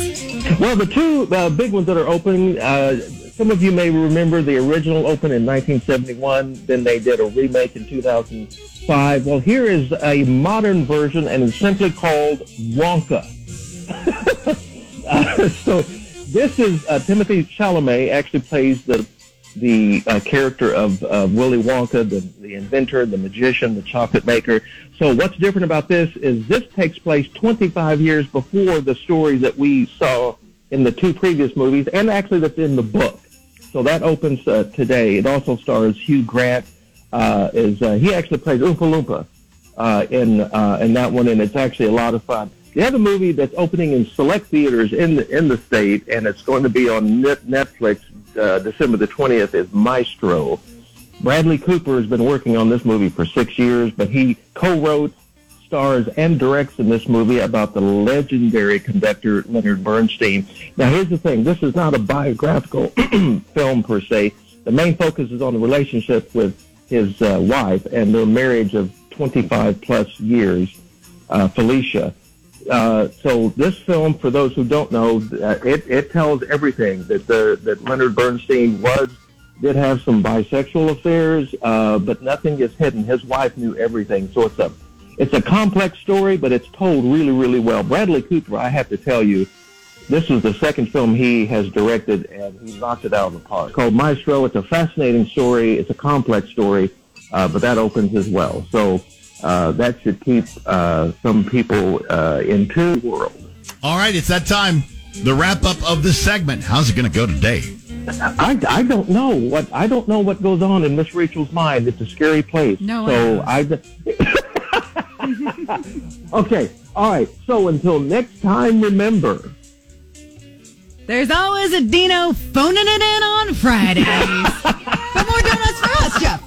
Well, the two uh, big ones that are open, uh, some of you may remember the original opened in 1971. Then they did a remake in 2005. Well, here is a modern version, and it's simply called Wonka. Uh, [LAUGHS] so this is uh, Timothy Chalamet actually plays the the uh, character of uh, Willy Wonka, the, the inventor, the magician, the chocolate maker. So what's different about this is this takes place 25 years before the story that we saw in the two previous movies, and actually that's in the book. So that opens uh, today. It also stars Hugh Grant. Uh, is uh, he actually plays Oompa Loompa uh, in uh, in that one, and it's actually a lot of fun. The other movie that's opening in select theaters in the in the state, and it's going to be on Net- Netflix uh, December the twentieth, is Maestro. Bradley Cooper has been working on this movie for six years, but he co-wrote, stars, and directs in this movie about the legendary conductor Leonard Bernstein. Now, here's the thing: this is not a biographical film per se. The main focus is on the relationship with his uh, wife and their marriage of 25 plus years, uh, Felicia. Uh, so this film, for those who don't know, uh, it, it tells everything that the that Leonard Bernstein was did have some bisexual affairs, uh, but nothing is hidden. His wife knew everything, so it's a it's a complex story, but it's told really really well. Bradley Cooper, I have to tell you, this is the second film he has directed, and he knocked it out of the park. It's called Maestro. It's a fascinating story. It's a complex story, uh, but that opens as well. So uh, that should keep uh, some people uh, in tune. World.
All right, it's that time. The wrap up of this segment. How's it going to go today?
I, I don't know what I don't know what goes on in Miss Rachel's mind. It's a scary place.
No,
so I. [LAUGHS] okay, all right. So until next time, remember.
There's always a Dino phoning it in on [LAUGHS] Fridays. but more donuts for us, Jeff.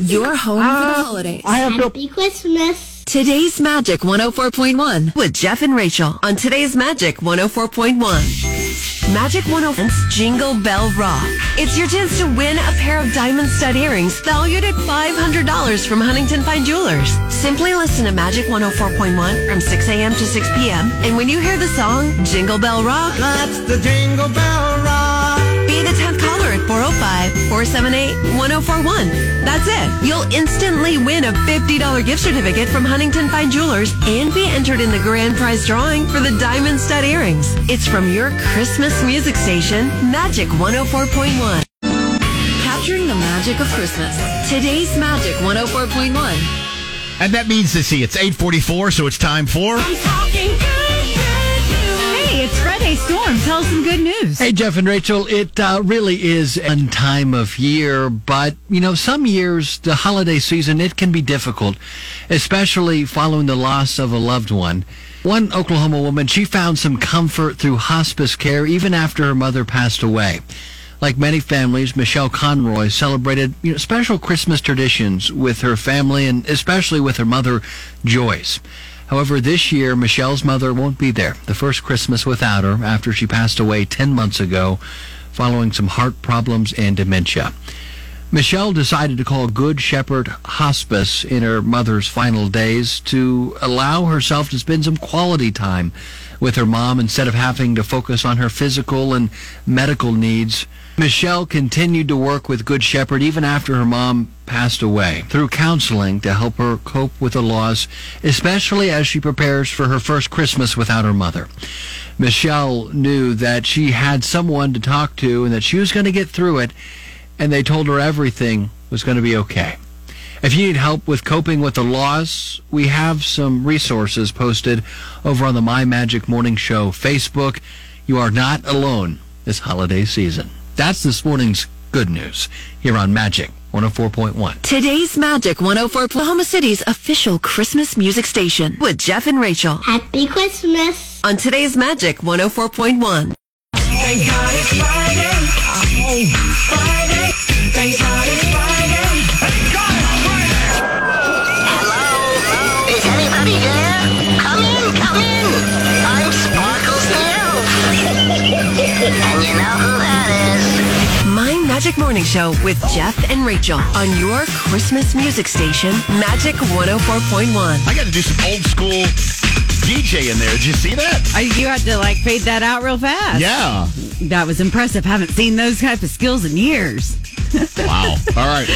Your home for the holidays.
I have
Happy Christmas. Today's Magic 104.1 with Jeff and Rachel on today's Magic 104.1. Magic 104's Jingle Bell Rock. It's your chance to win a pair of diamond stud earrings valued at $500 from Huntington Fine Jewelers. Simply listen to Magic 104.1 from 6 a.m. to 6 p.m. And when you hear the song Jingle Bell Rock, that's the Jingle Bell Rock. Be the 10th caller at 405-478-1041. That's it. You'll instantly win a $50 gift certificate from Huntington Fine Jewelers and be entered in the grand prize drawing for the diamond stud earrings. It's from your Christmas music station, Magic 104.1. Capturing the magic of Christmas. Today's Magic 104.1.
And that means to see it's 844, so it's time for...
Hey, it's Friday Storm tells some good news.
Hey, Jeff and Rachel, it uh, really is a time of year, but you know, some years the holiday season it can be difficult, especially following the loss of a loved one. One Oklahoma woman, she found some comfort through hospice care even after her mother passed away. Like many families, Michelle Conroy celebrated you know, special Christmas traditions with her family and especially with her mother, Joyce. However, this year, Michelle's mother won't be there, the first Christmas without her after she passed away 10 months ago following some heart problems and dementia. Michelle decided to call Good Shepherd Hospice in her mother's final days to allow herself to spend some quality time with her mom instead of having to focus on her physical and medical needs. Michelle continued to work with Good Shepherd even after her mom passed away through counseling to help her cope with the loss, especially as she prepares for her first Christmas without her mother. Michelle knew that she had someone to talk to and that she was going to get through it and they told her everything was going to be okay. If you need help with coping with the loss, we have some resources posted over on the My Magic Morning Show Facebook. You are not alone this holiday season. That's this morning's good news here on Magic 104.1.
Today's Magic 104 Oklahoma City's official Christmas music station with Jeff and Rachel. Happy Christmas on today's Magic 104.1.
Thank God it's Friday. Oh, Friday. Thank God it's Friday. Thank God it's Friday.
Is anybody there? Come in, come in. I'm Sparkles the Elf. and you know who that is.
My Magic Morning Show with Jeff and Rachel on your Christmas music station, Magic 104.1.
I got to do some old school DJ in there. Did you see that?
I, uh, you had to like fade that out real fast.
Yeah.
That was impressive. Haven't seen those type of skills in years.
Wow. All right.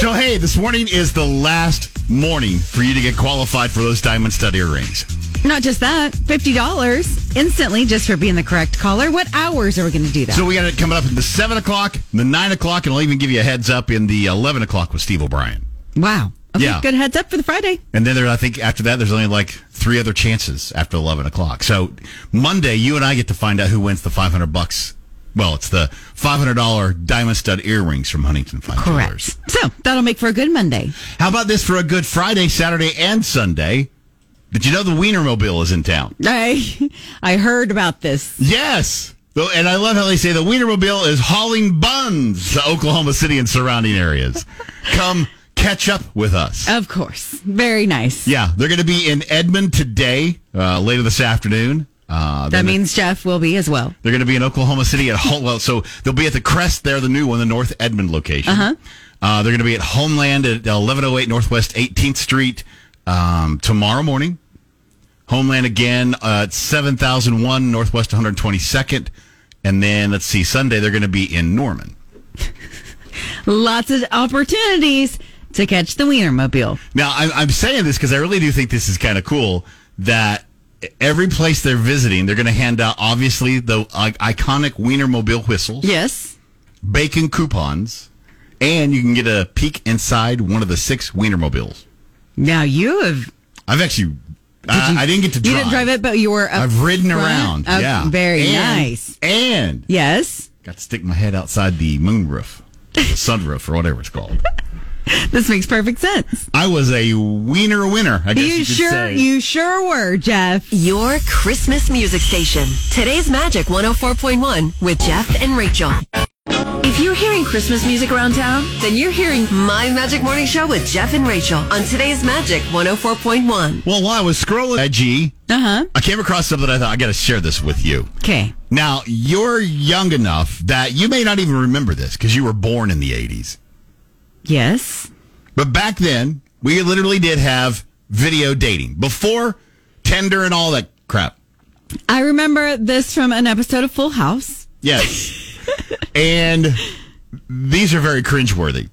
So, hey, this morning is the last morning for you to get qualified for those diamond stud earrings.
Not just that, $50 instantly just for being the correct caller. What hours are we going to do that?
So, we got it coming up at the 7 o'clock, the 9 o'clock, and I'll even give you a heads up in the 11 o'clock with Steve O'Brien.
wow. Okay,
Yeah.
Good heads up for the Friday.
And then there, I think after that, there's only like three other chances after 11 o'clock. So, Monday, you and I get to find out who wins the 500 bucks. Well, it's the $500 diamond stud earrings from Huntington Fine Correct.
So that'll make for a good Monday.
How about this for a good Friday, Saturday, and Sunday? Did you know the Wienermobile is in town?
I, I heard about this.
Yes. Though- And I love how they say the Wienermobile is hauling buns to Oklahoma City and surrounding areas. Come catch up with us.
Of course. Very nice.
Yeah, they're going to be in Edmond today, uh, later this afternoon. Uh,
That
then
means Jeff will be as well.
they're going to be in Oklahoma City at home. Well, so they'll be at the Crest there, the new one, the North Edmond location.
Uh-huh.
Uh, they're going to be at Homeland at uh, 1108 Northwest 18th Street um, tomorrow morning. Homeland again uh, at 7001 Northwest 122nd. And then, let's see, Sunday they're going to be in Norman.
Lots of opportunities to catch the Wienermobile.
Now, I'm, I'm saying this because I really do think this is kind of cool that every place they're visiting, they're going to hand out, obviously, the uh, iconic Wiener Mobile whistles.
Yes.
Bacon coupons. And you can get a peek inside one of the six Wiener Mobiles.
Now you have.
I've actually, I, I didn't get to drive.
You didn't drive it, but you were. Up
I've ridden
front.
around.
Up-
yeah.
Very
And-
nice.
And
Yes.
got to stick my head outside the moonroof, the sunroof, or whatever it's called.
This makes perfect sense.
I was a Wiener winner, I guess you,
You,
could
sure
say.
you sure were, Jeff.
Your Christmas music station. Today's Magic 104.1 with Jeff and Rachel. If you're hearing Christmas music around town, then you're hearing My Magic Morning Show with Jeff and Rachel on today's Magic 104.1.
Well, while I was scrolling IG,
uh-huh.
I came across something I thought I got to share this with you.
Okay.
Now, you're young enough that you may not even remember this because you were born in the 80s.
Yes.
But back then, we literally did have video dating before Tinder and all that crap.
I remember this from an episode of Full House.
Yes. and these are very cringeworthy.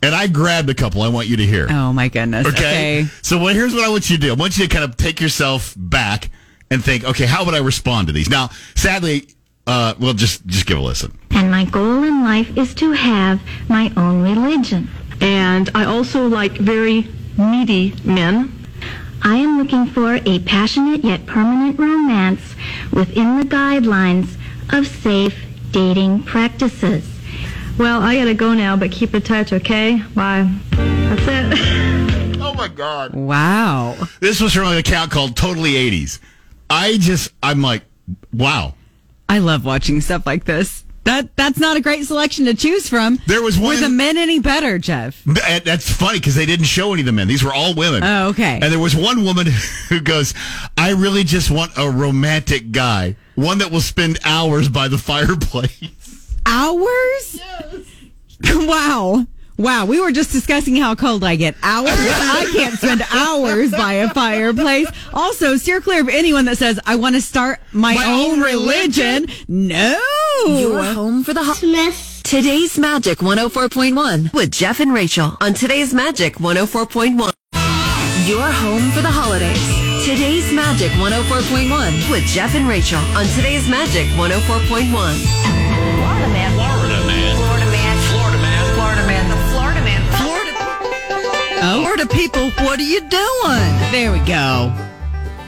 And I grabbed a couple I want you to hear.
Oh my goodness.
Okay. So well, here's what I want you to do. I want you to kind of take yourself back and think, okay, how would I respond to these? Now, sadly, uh, well, just just give a listen.
And my goal in life is to have my own religion. And I also like very needy men. I am looking for a passionate yet permanent romance within the guidelines of safe dating practices.
Well, I gotta go now, but keep in touch, okay? Bye. That's it.
Oh my god.
Wow.
This was from an account called Totally 80s. I just I'm like, wow.
I love watching stuff like this. That that's not a great selection to choose from.
There was
Were
one-
the men any better, Jeff?
Th- That's funny because they didn't show any of the men. These were all women.
Oh, okay.
And there was one woman [LAUGHS] who goes, I really just want a romantic guy, one that will spend hours by the fireplace. [LAUGHS]
Hours? [LAUGHS] Wow. Wow. We were just discussing how cold I get. Hours? I can't spend hours by a fireplace. Also, steer clear of anyone that says, I want to start my, own, religion. No.
Your home for the holidays. Today's Magic 104.1 with Jeff and Rachel on Today's Magic 104.1. Your home for the holidays. Today's Magic 104.1 with Jeff and Rachel on Today's Magic 104.1.
Florida man. Florida man. Florida man. Florida man. Florida man. The Florida man. Florida.
Florida people, what are you doing? Oh. There we go.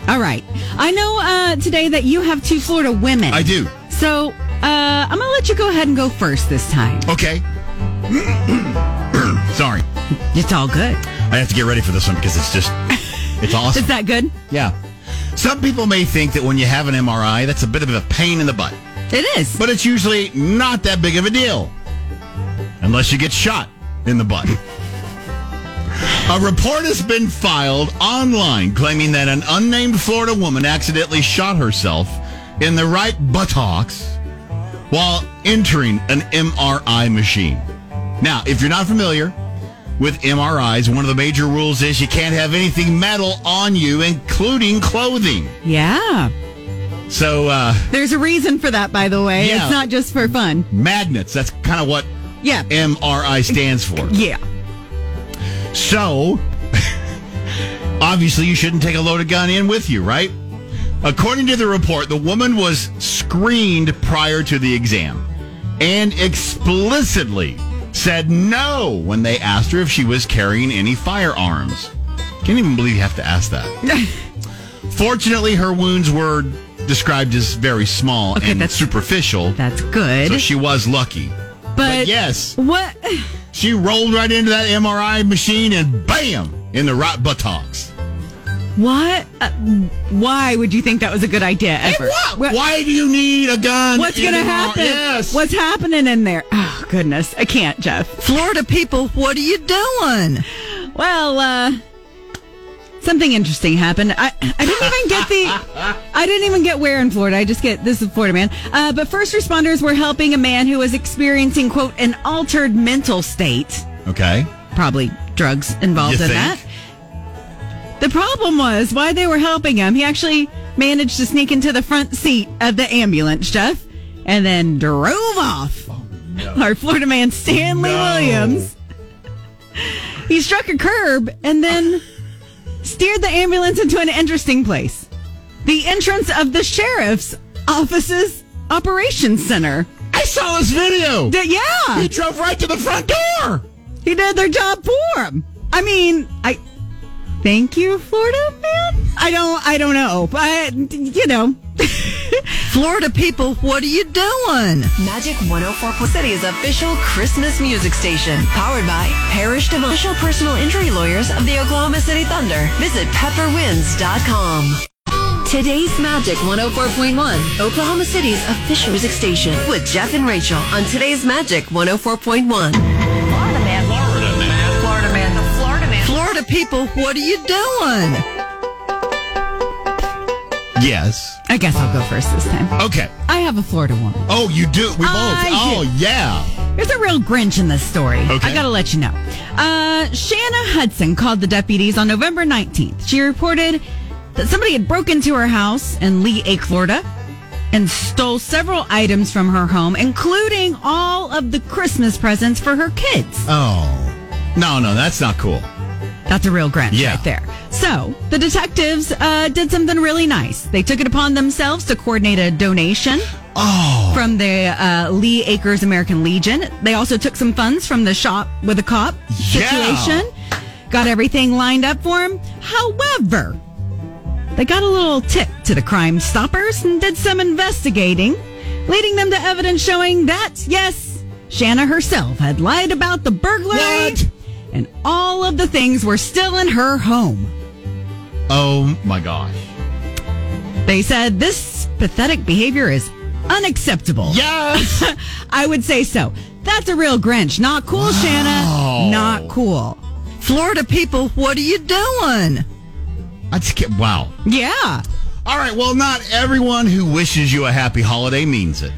All right. I know uh, today that you have two Florida women.
I do.
So uh, I'm going to let you go ahead and go first this time.
Okay. [CLEARS THROAT] Sorry.
It's all good.
I have to get ready for this one because it's just, it's awesome.
[LAUGHS] Is that good?
yeah. Some people may think that when you have an MRI, that's a bit of a pain in the butt.
It is.
But it's usually not that big of a deal. Unless you get shot in the butt. A report has been filed online claiming that an unnamed Florida woman accidentally shot herself in the right buttocks while entering an MRI machine. Now, if you're not familiar with MRIs, one of the major rules is you can't have anything metal on you, including clothing.
Yeah.
So, uh,
There's a reason for that, by the way.
Yeah.
It's not just for fun.
magnets, that's kind of what
Yeah.
MRI stands for.
Yeah.
So, [LAUGHS] obviously, you shouldn't take a loaded gun in with you, right? According to the report, the woman was screened prior to the exam and explicitly said no when they asked her if she was carrying any firearms. Can't even believe you have to ask
[LAUGHS]
that. Fortunately, her wounds were described as very small
Okay,
and
that's-
superficial.
That's good.
So she was lucky.
but,
yes.
What?
She rolled right into that MRI machine and bam, in the right buttocks.
What? Uh, why would you think that was a good idea ever? Wha-
Why do you need a gun?
What's
in
going to
an MRI?
happen?
Yes.
What's happening in there? Oh, goodness. I can't, Jeff.
Florida people, what are you doing?
Well, uh, something interesting happened. I, I didn't even get the, I didn't even get where in Florida. I just get this is Florida man. Uh, but first responders were helping a man who was experiencing quote an altered mental state.
Okay.
Probably drugs involved
You
in
think?
that. The problem was why they were helping him. He actually managed to sneak into the front seat of the ambulance, Jeff, and then drove off.
Oh,
[LAUGHS] Our Florida man Stanley
No.
Williams. He struck a curb and then steered the ambulance into an interesting place. The entrance of the sheriff's office's operations center.
I saw this video.
D- yeah.
He drove right to the front door.
He did their job for him. I mean, I thank you, Florida man. I don't, I don't know, but you know, [LAUGHS]
Florida people, what are you doing?
Magic 104.1 City's official Christmas music station. Powered by Parish Devon. Official personal injury lawyers of the Oklahoma City Thunder. Visit pepperwinds.com. Today's Magic 104.1, Oklahoma City's official music station with Jeff and Rachel on today's Magic 104.1.
Florida man. Florida man. Florida man. The Florida man. Florida people, what are you doing?
Yes.
I guess I'll go first this time.
Okay.
I have a Florida woman.
Oh, you do. We both.
I
oh, yeah.
There's a real Grinch in this story.
Okay.
I gotta let you know. Uh, Shanna Hudson called the deputies on November 19th. She reported that somebody had broke into her house in Lee Lake, Florida, and stole several items from her home, including all of the Christmas presents for her kids.
Oh. No, no, that's not cool.
That's a real Grinch
Yeah.
right there. So the detectives uh, did something really nice. They took it upon themselves to coordinate a donation
Oh.
from the uh, Lee Acres American Legion. They also took some funds from the shop with a cop
Yeah.
situation. Got everything lined up for him. However, they got a little tip to the Crime Stoppers and did some investigating. leading them to evidence showing that, yes, Shanna herself had lied about the burglary and all of the things were still in her home.
Oh my gosh.
They said this pathetic behavior is unacceptable. [LAUGHS]
Yes.
I would say so. That's a real Grinch. Not cool, Shanna. Not cool.
Florida people, what are you doing?
I just can't. Wow.
Yeah.
All right. Well, not everyone who wishes you a happy holiday means it.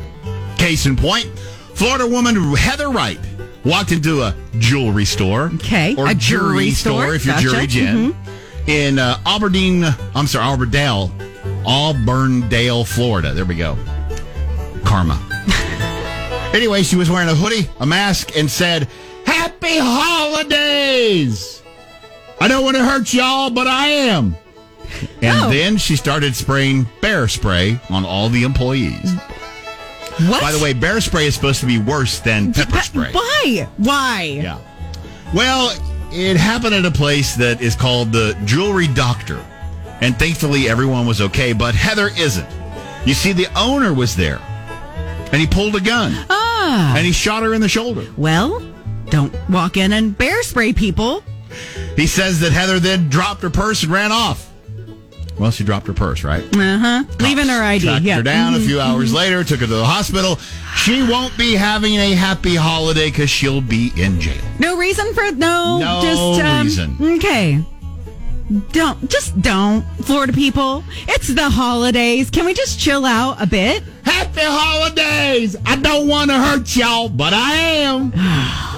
Case in point, Florida woman Heather Wright walked into a jewelry store.
Okay,
Or
a
jewelry
jewelry
store,
store,
if you're
gotcha,
jury
Mm-hmm.
Jen. In uh, Aberdeen, I'm sorry, Auburndale, Auburndale, Florida. There we go. Karma. anyway, she was wearing a hoodie, a mask, and said, Happy Holidays! I don't want to hurt y'all, but I am. And then she started spraying bear spray on all the employees.
What?
By the way, bear spray is supposed to be worse than pepper spray.
Why? Why?
Yeah. Well, it happened at a place that is called the Jewelry Doctor. And thankfully, everyone was okay, but Heather isn't. You see, the owner was there. And he pulled a gun.
Ah.
And he shot her in the shoulder.
Well, don't walk in and bear spray people.
He says that Heather then dropped her purse and ran off. Well, she dropped her purse, right?
Uh huh. Leaving her ID.
Tracked
yeah.
her down a
Mhm.
few hours later, took her to the hospital. She won't be having a happy holiday because she'll be in jail.
No reason for no.
No
just, um,
reason.
Okay. Don't just don't, Florida people. It's the holidays. Can we just chill out a bit?
Happy holidays! I don't want to hurt y'all, but I am.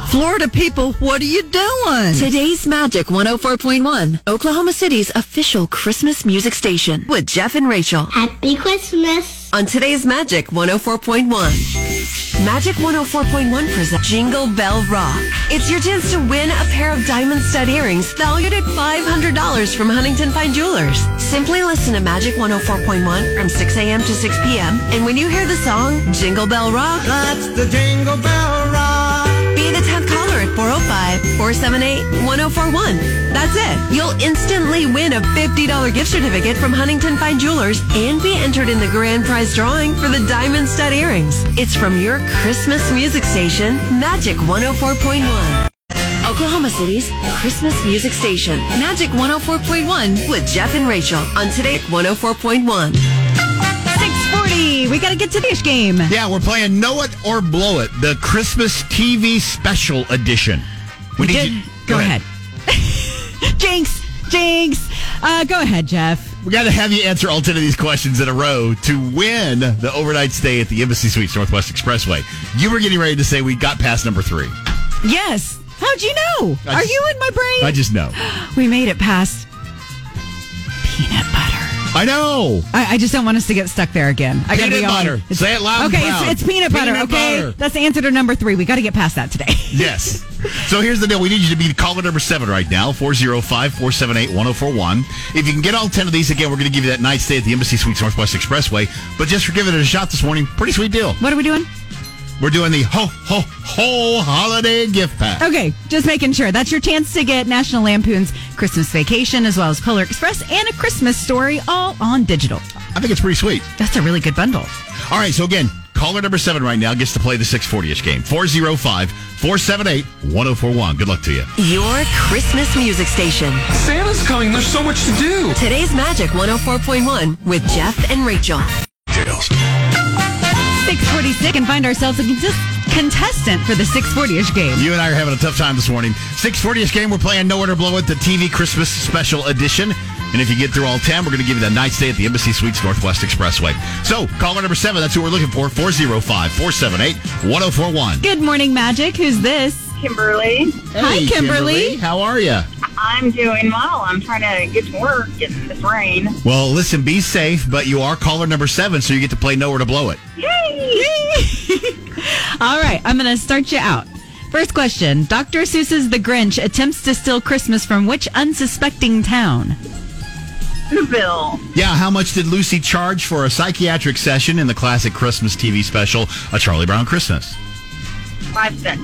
Florida people, what are you doing?
Today's Magic 104.1, Oklahoma City's official Christmas music station with Jeff and Rachel. Happy Christmas! On today's Magic 104.1. Magic 104.1 presents Jingle Bell Rock. It's your chance to win a pair of diamond stud earrings valued at $500 from Huntington Fine Jewelers. Simply listen to Magic 104.1 from 6 a.m. to 6 p.m. And when you hear the song Jingle Bell Rock, that's the Jingle Bell Rock. Be the 10th caller at 405 478 1041. That's it. You'll instantly win a $50 gift certificate from Huntington Fine Jewelers and be entered in the grand prize drawing for the Diamond Stud Earrings. It's from your Christmas music station, Magic 104.1. Oklahoma City's Christmas Music Station, Magic 104.1 with Jeff and Rachel on today 104.1.
640. We got to get to the ish game.
Yeah, we're playing Know It or Blow It, the Christmas TV special edition. We need you-
Go ahead. [LAUGHS] Jinx. Jinx. Uh, go ahead, Jeff.
We got to have you answer all 10 of these questions in a row to win the overnight stay at the Embassy Suites Northwest Expressway. You were getting ready to say we got past number three.
Yes. How'd you know?
I
Are
just-
you in my brain?
I just know.
We made it past.
I know.
I, I just don't want us to get stuck there again. I gotta
Peanut
be all-
butter.
it's-
Say it loud and
Okay,
proud.
It's, it's peanut butter.
Peanut
okay,
butter.
that's the answer to number three. We got to get past that today. [LAUGHS]
Yes. So here's the deal. We need you to be caller number seven right now, 405-478-1041. If you can get all 10 of these, again, we're going to give you that night stay at the Embassy Suites Northwest Expressway. But just for giving it a shot this morning, pretty sweet deal.
What are we doing?
We're doing the ho, ho, ho holiday gift pack.
Okay, just making sure. That's your chance to get National Lampoon's Christmas Vacation, as well as Polar Express and a Christmas Story, all on digital.
I think it's pretty sweet.
That's a really good bundle.
All right, so again, caller number seven right now gets to play the 640-ish game, 405-478-1041. Good luck to you.
Your Christmas music station.
Santa's coming. There's so much to do.
Today's Magic 104.1 with Jeff and Rachel.
646 and find ourselves a consist- contestant for the 640-ish game.
You and I are having a tough time this morning. 640-ish game, we're playing Know It or Blow It, the TV Christmas Special Edition. And if you get through all 10, we're going to give you that night stay at the Embassy Suites Northwest Expressway. So, caller number seven, that's who we're looking for, 405-478-1041.
Good morning, Magic. Who's this?
Kimberly.
Hi,
Hey,
Kimberly.
How are you?
I'm doing well. I'm trying to get to work in this rain.
Well, listen, be safe, but you are caller number seven, so you get to play Know It or Blow It.
All right, I'm going to start you out. First question Dr. Seuss's The Grinch attempts to steal Christmas from which unsuspecting town?
Bill.
Yeah, how much did Lucy charge for a psychiatric session in the classic Christmas TV special, A Charlie Brown Christmas?
Five cents.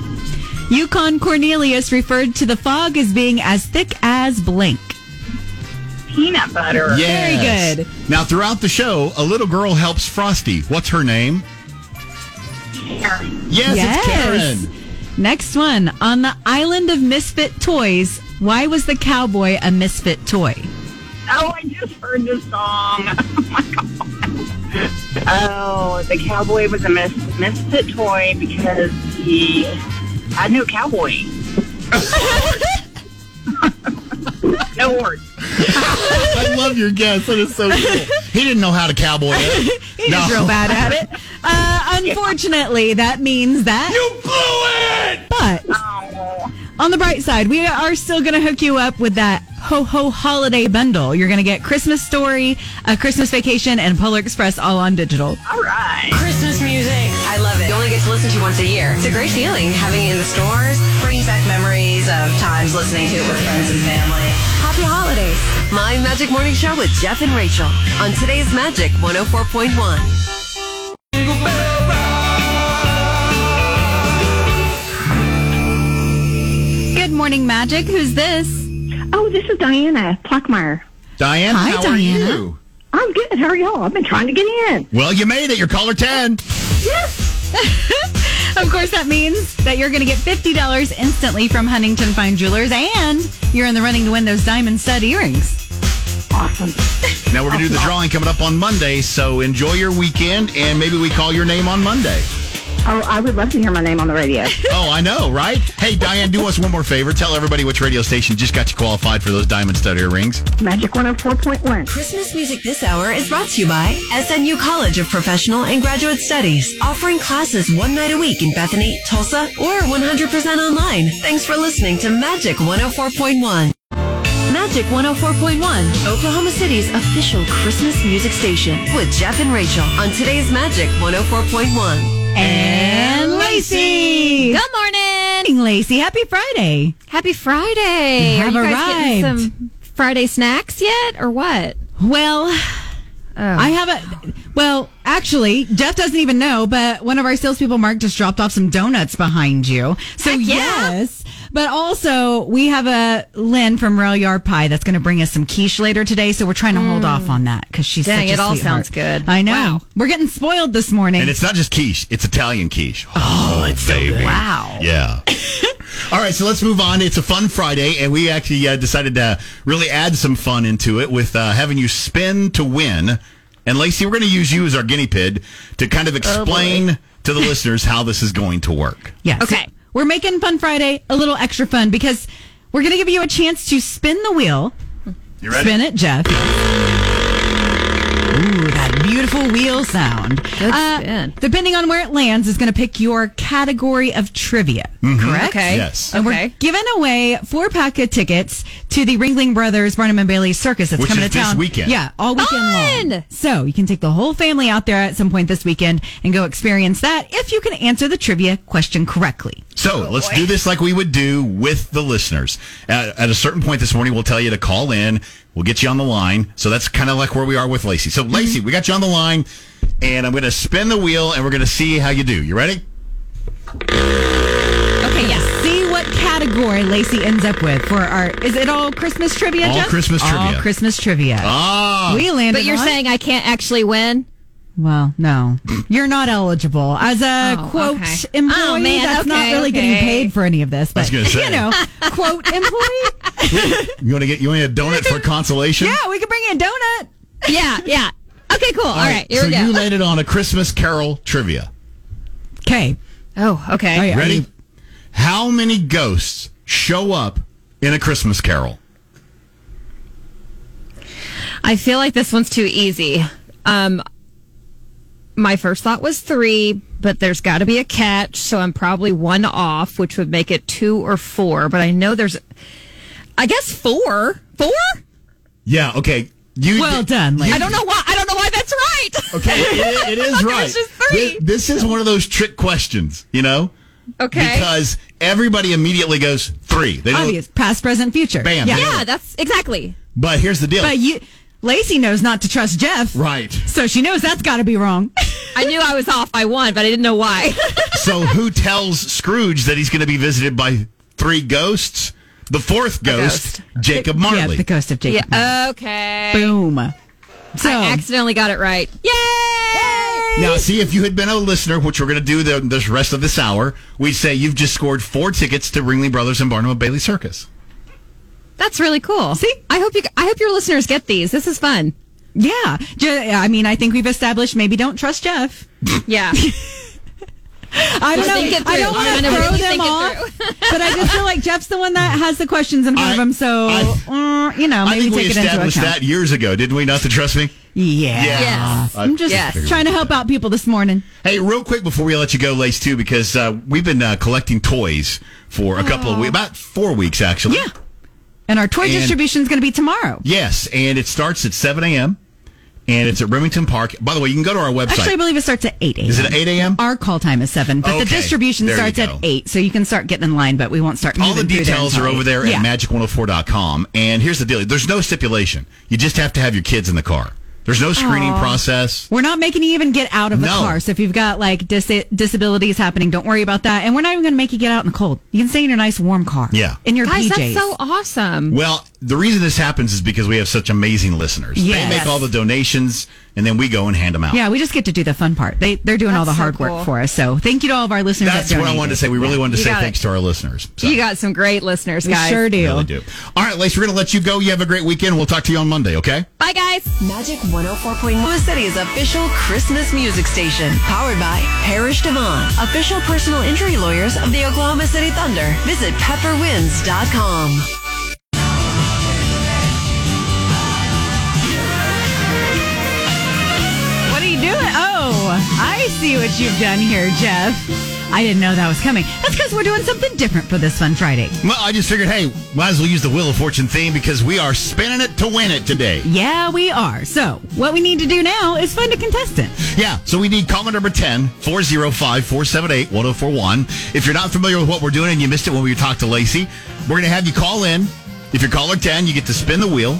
Yukon Cornelius referred to the fog as being as thick as blank.
Peanut butter.
Very
Yes.
good.
Now, throughout the show, a little girl helps Frosty. What's her name? Yes, it's Karen.
Next one. On the island of misfit toys, why was the cowboy a misfit toy?
Oh, I just heard this song. [LAUGHS] Oh my god. Oh, the cowboy was a mis- misfit toy because he had no cowboy. no words.
I love your guess. That is so cool. He didn't know how to cowboy
[LAUGHS]
it.
He's real bad at
[LAUGHS]
it. Uh, unfortunately, that means that. You blew it! But, on the bright side, we are still going to hook you up with that Ho Ho Holiday Bundle. You're going to get Christmas Story, A Christmas Vacation, and Polar Express all on digital.
All right.
Christmas music. I love it. You only get to listen to it once a year. It's a great feeling having it in the stores. Brings back memories of times listening to it with friends and family.
Happy holidays. My Magic Morning Show with Jeff and Rachel on today's Magic 104.1.
Good morning, Magic. Who's this?
Oh, this is Diana Pluckmeyer.
Diane,
Hi,
how
Diana.
are you?
I'm good. How are y'all? I've been trying to get in.
Well, you made it. You're caller 10.
Of course, that means that you're going to get $50 instantly from Huntington Fine Jewelers, and you're in the running to win those diamond stud earrings.
Awesome.
Now we're going to do the drawing coming up on Monday, so enjoy your weekend, and maybe we call your name on Monday.
Oh, I would love to hear my name on the radio.
[LAUGHS] oh, I know, right? Hey, Diane, do us one more favor. Tell everybody which radio station just got you qualified for those diamond stud earrings.
Magic 104.1.
Christmas music this hour is brought to you by SNU College of Professional and Graduate Studies, offering classes one night a week in Bethany, Tulsa, or 100% online. Thanks for listening to Magic 104.1. Magic 104.1, Oklahoma City's official Christmas music station with Jeff and Rachel on today's Magic 104.1.
And Lacey. Good morning, Lacey. Happy Friday.
Happy Friday.
You have
Are you guys getting
arrived.
some Friday snacks yet or what? Oh.
Well, I have a. Well, actually, Jeff doesn't even know, but one of our salespeople, Mark, just dropped off some donuts behind you. So, yes. But also, we have a Lynn from Rail Yard Pie that's going to bring us some quiche later today. So, we're trying to hold off on that because she's
Mm. Dang,
such a
it all
sweetheart.
sounds good.
I know. We're getting spoiled this morning.
And it's not just quiche, it's Italian quiche. Oh, it's baby.
Wow.
Yeah. [LAUGHS] All right, so let's move on. It's a fun Friday, and we actually uh, decided to really add some fun into it with uh, having you spin to win. And Lacey, we're going to use you as our guinea pig to kind
Oh,
of explain to the listeners how this is going to work.
Yes. Okay. We're making Fun Friday a little extra fun because we're going to give you a chance to spin the wheel.
You ready?
Spin it, Jeff. Ooh, that beautiful wheel sound. Good spin. Depending on where it lands, is going to pick your category of trivia.
Mhm.
Correct?
Okay. Yes.
And
Okay.
we're giving away four pack of tickets to the Ringling Brothers Barnum and Bailey Circus that's
Which
coming
is
to
this
town.
weekend.
Yeah, all weekend long. So you can take the whole family out there at some point this weekend and go experience that if you can answer the trivia question correctly.
So
Oh,
let's do this like we would do with the listeners. At, at a certain point this morning, we'll tell you to call in. We'll get you on the line. So that's kind of like where we are with Lacey.
Mm-hmm.
So Lacey, we got you on the line, and I'm going to spin the wheel, and we're going to see how you do. You ready?
Okay, yes. See what category Lacey ends up with for our. Is it all Christmas trivia?
All
Jeff?
Christmas
All
trivia.
Christmas trivia.
Ah.
we landed.
But you're
on-
saying I can't actually win?
Well,
[CLEARS THROAT]
no, you're not eligible as a
Oh,
quote
okay.
employee.
Oh, man,
that's not
okay,
really getting
okay.
paid for any of this.
I was
But
gonna say.
[LAUGHS] you know, quote employee.
You want to get you want a donut for consolation?
Yeah, we can bring in a donut.
Yeah, yeah. Okay, cool. All right, here
so
we go.
you landed on a Christmas Carol trivia.
Okay.
Oh, okay.
Ready? How many ghosts show up in a Christmas Carol?
I feel like this one's too easy. Um, my first thought was three, but there's got to be a catch, so I'm probably one off, which would make it two or four. But I know there's, I guess four, four.
Yeah. Okay. You
Well
done.
I don't know why. I don't know why that's right.
Okay, [LAUGHS] it, it is
Okay,
right.
It's just three.
Thi- This, is one of those trick questions, you know?
Okay.
Because everybody immediately goes three. They don't-
Obvious, past, present, future.
Bam.
Yeah.
Yeah,
that's exactly.
But here's the deal.
But you, Lacey knows not to trust Jeff, [LAUGHS]
right.
so she knows that's got to be
[LAUGHS]
wrong.
I knew I was off by one, but I didn't know why.
so who tells Scrooge that he's going to be visited by three ghosts? The fourth ghost, Jacob Marley.
Yeah, the ghost of Jacob.
yeah. Okay.
Boom. So
I accidentally got it right. Yay!
Now, see, if you had been a listener, which we're going to do the, this rest of this hour, we'd say you've just scored four tickets to Ringling Brothers and Barnum and Bailey Circus.
That's really cool. See,
I hope you. I hope your listeners get these. This is fun. Yeah, Je- I mean, I think we've established maybe don't trust Jeff. [LAUGHS]
yeah.
I don't
Just
know.
think it
I
through.
don't want
I
to
don't know.
throw
Just
them
think it
off, [LAUGHS] but I just feel like Jeff's the one that has the questions in front of him. So mm, you know,
I
maybe
think we
take it into account.
established that years ago, didn't we? Not to trust me.
Yeah.
Yeah.
Yes.
I
I'm just
figured-
trying to help out people this morning.
Hey, real quick before we let you go, Lace, too, because uh, we've been uh, collecting toys for a couple of weeks, about four weeks actually. Yeah.
And our toy
And-
distribution is going to be tomorrow.
Yes, and it starts at 7 a.m. and it's at Remington Park. By the way, you can go to our website.
Actually, I believe it starts at 8 a.m.
Is it 8 a.m.?
Our call time is 7, but the
Okay,
distribution
there you
starts at
go.
8, so you can start getting in line, but we won't start
All the
moving through there
details
until
are over
8.
there
yeah.
at magic104.com. And here's the deal there's no stipulation. You just have to have your kids in the car. There's no screening
Aw.
process.
We're not making you even get out of the
No.
car. So if you've got like dis- disabilities happening, don't worry about that. And we're not even going to make you get out in the cold. You can stay in your nice warm car.
Yeah.
In your
Guys, that's
PJs.
so awesome.
Well, the reason this happens is because we have such amazing listeners.
Yes.
They make all the donations, and then we go and hand them out.
yeah, we just get to do the fun part. They they're doing all the
That's so
hard
cool.
work for us. So thank you to all of our listeners. that
That's what I
donated.
wanted to say. We really wanted to
You
say
got it.
thanks to our listeners. So,
You got some great listeners,
We
guys.
sure do.
really do. All right, Lace, we're going to let you go. You have a great weekend. We'll talk to you on Monday, okay?
Bye, guys.
Magic 104.1 Louis City's official Christmas music station, powered by Parish Devon, official personal injury lawyers of the Oklahoma City Thunder. Visit pepperwinds.com.
What are you doing? Oh, I see what you've done here, Jeff. I didn't know that was coming. That's because we're doing something different for this Fun Friday.
Well, I just figured, hey, might as well use the Wheel of Fortune theme because we are spinning it to win it today.
Yeah, we are. So what we need to do now is find a contestant.
Yeah, so we need comment number 10, 405-478-1041. If you're not familiar with what we're doing and you missed it when we talked to Lacey, we're going to have you call in. If you're caller 10, you get to spin the wheel.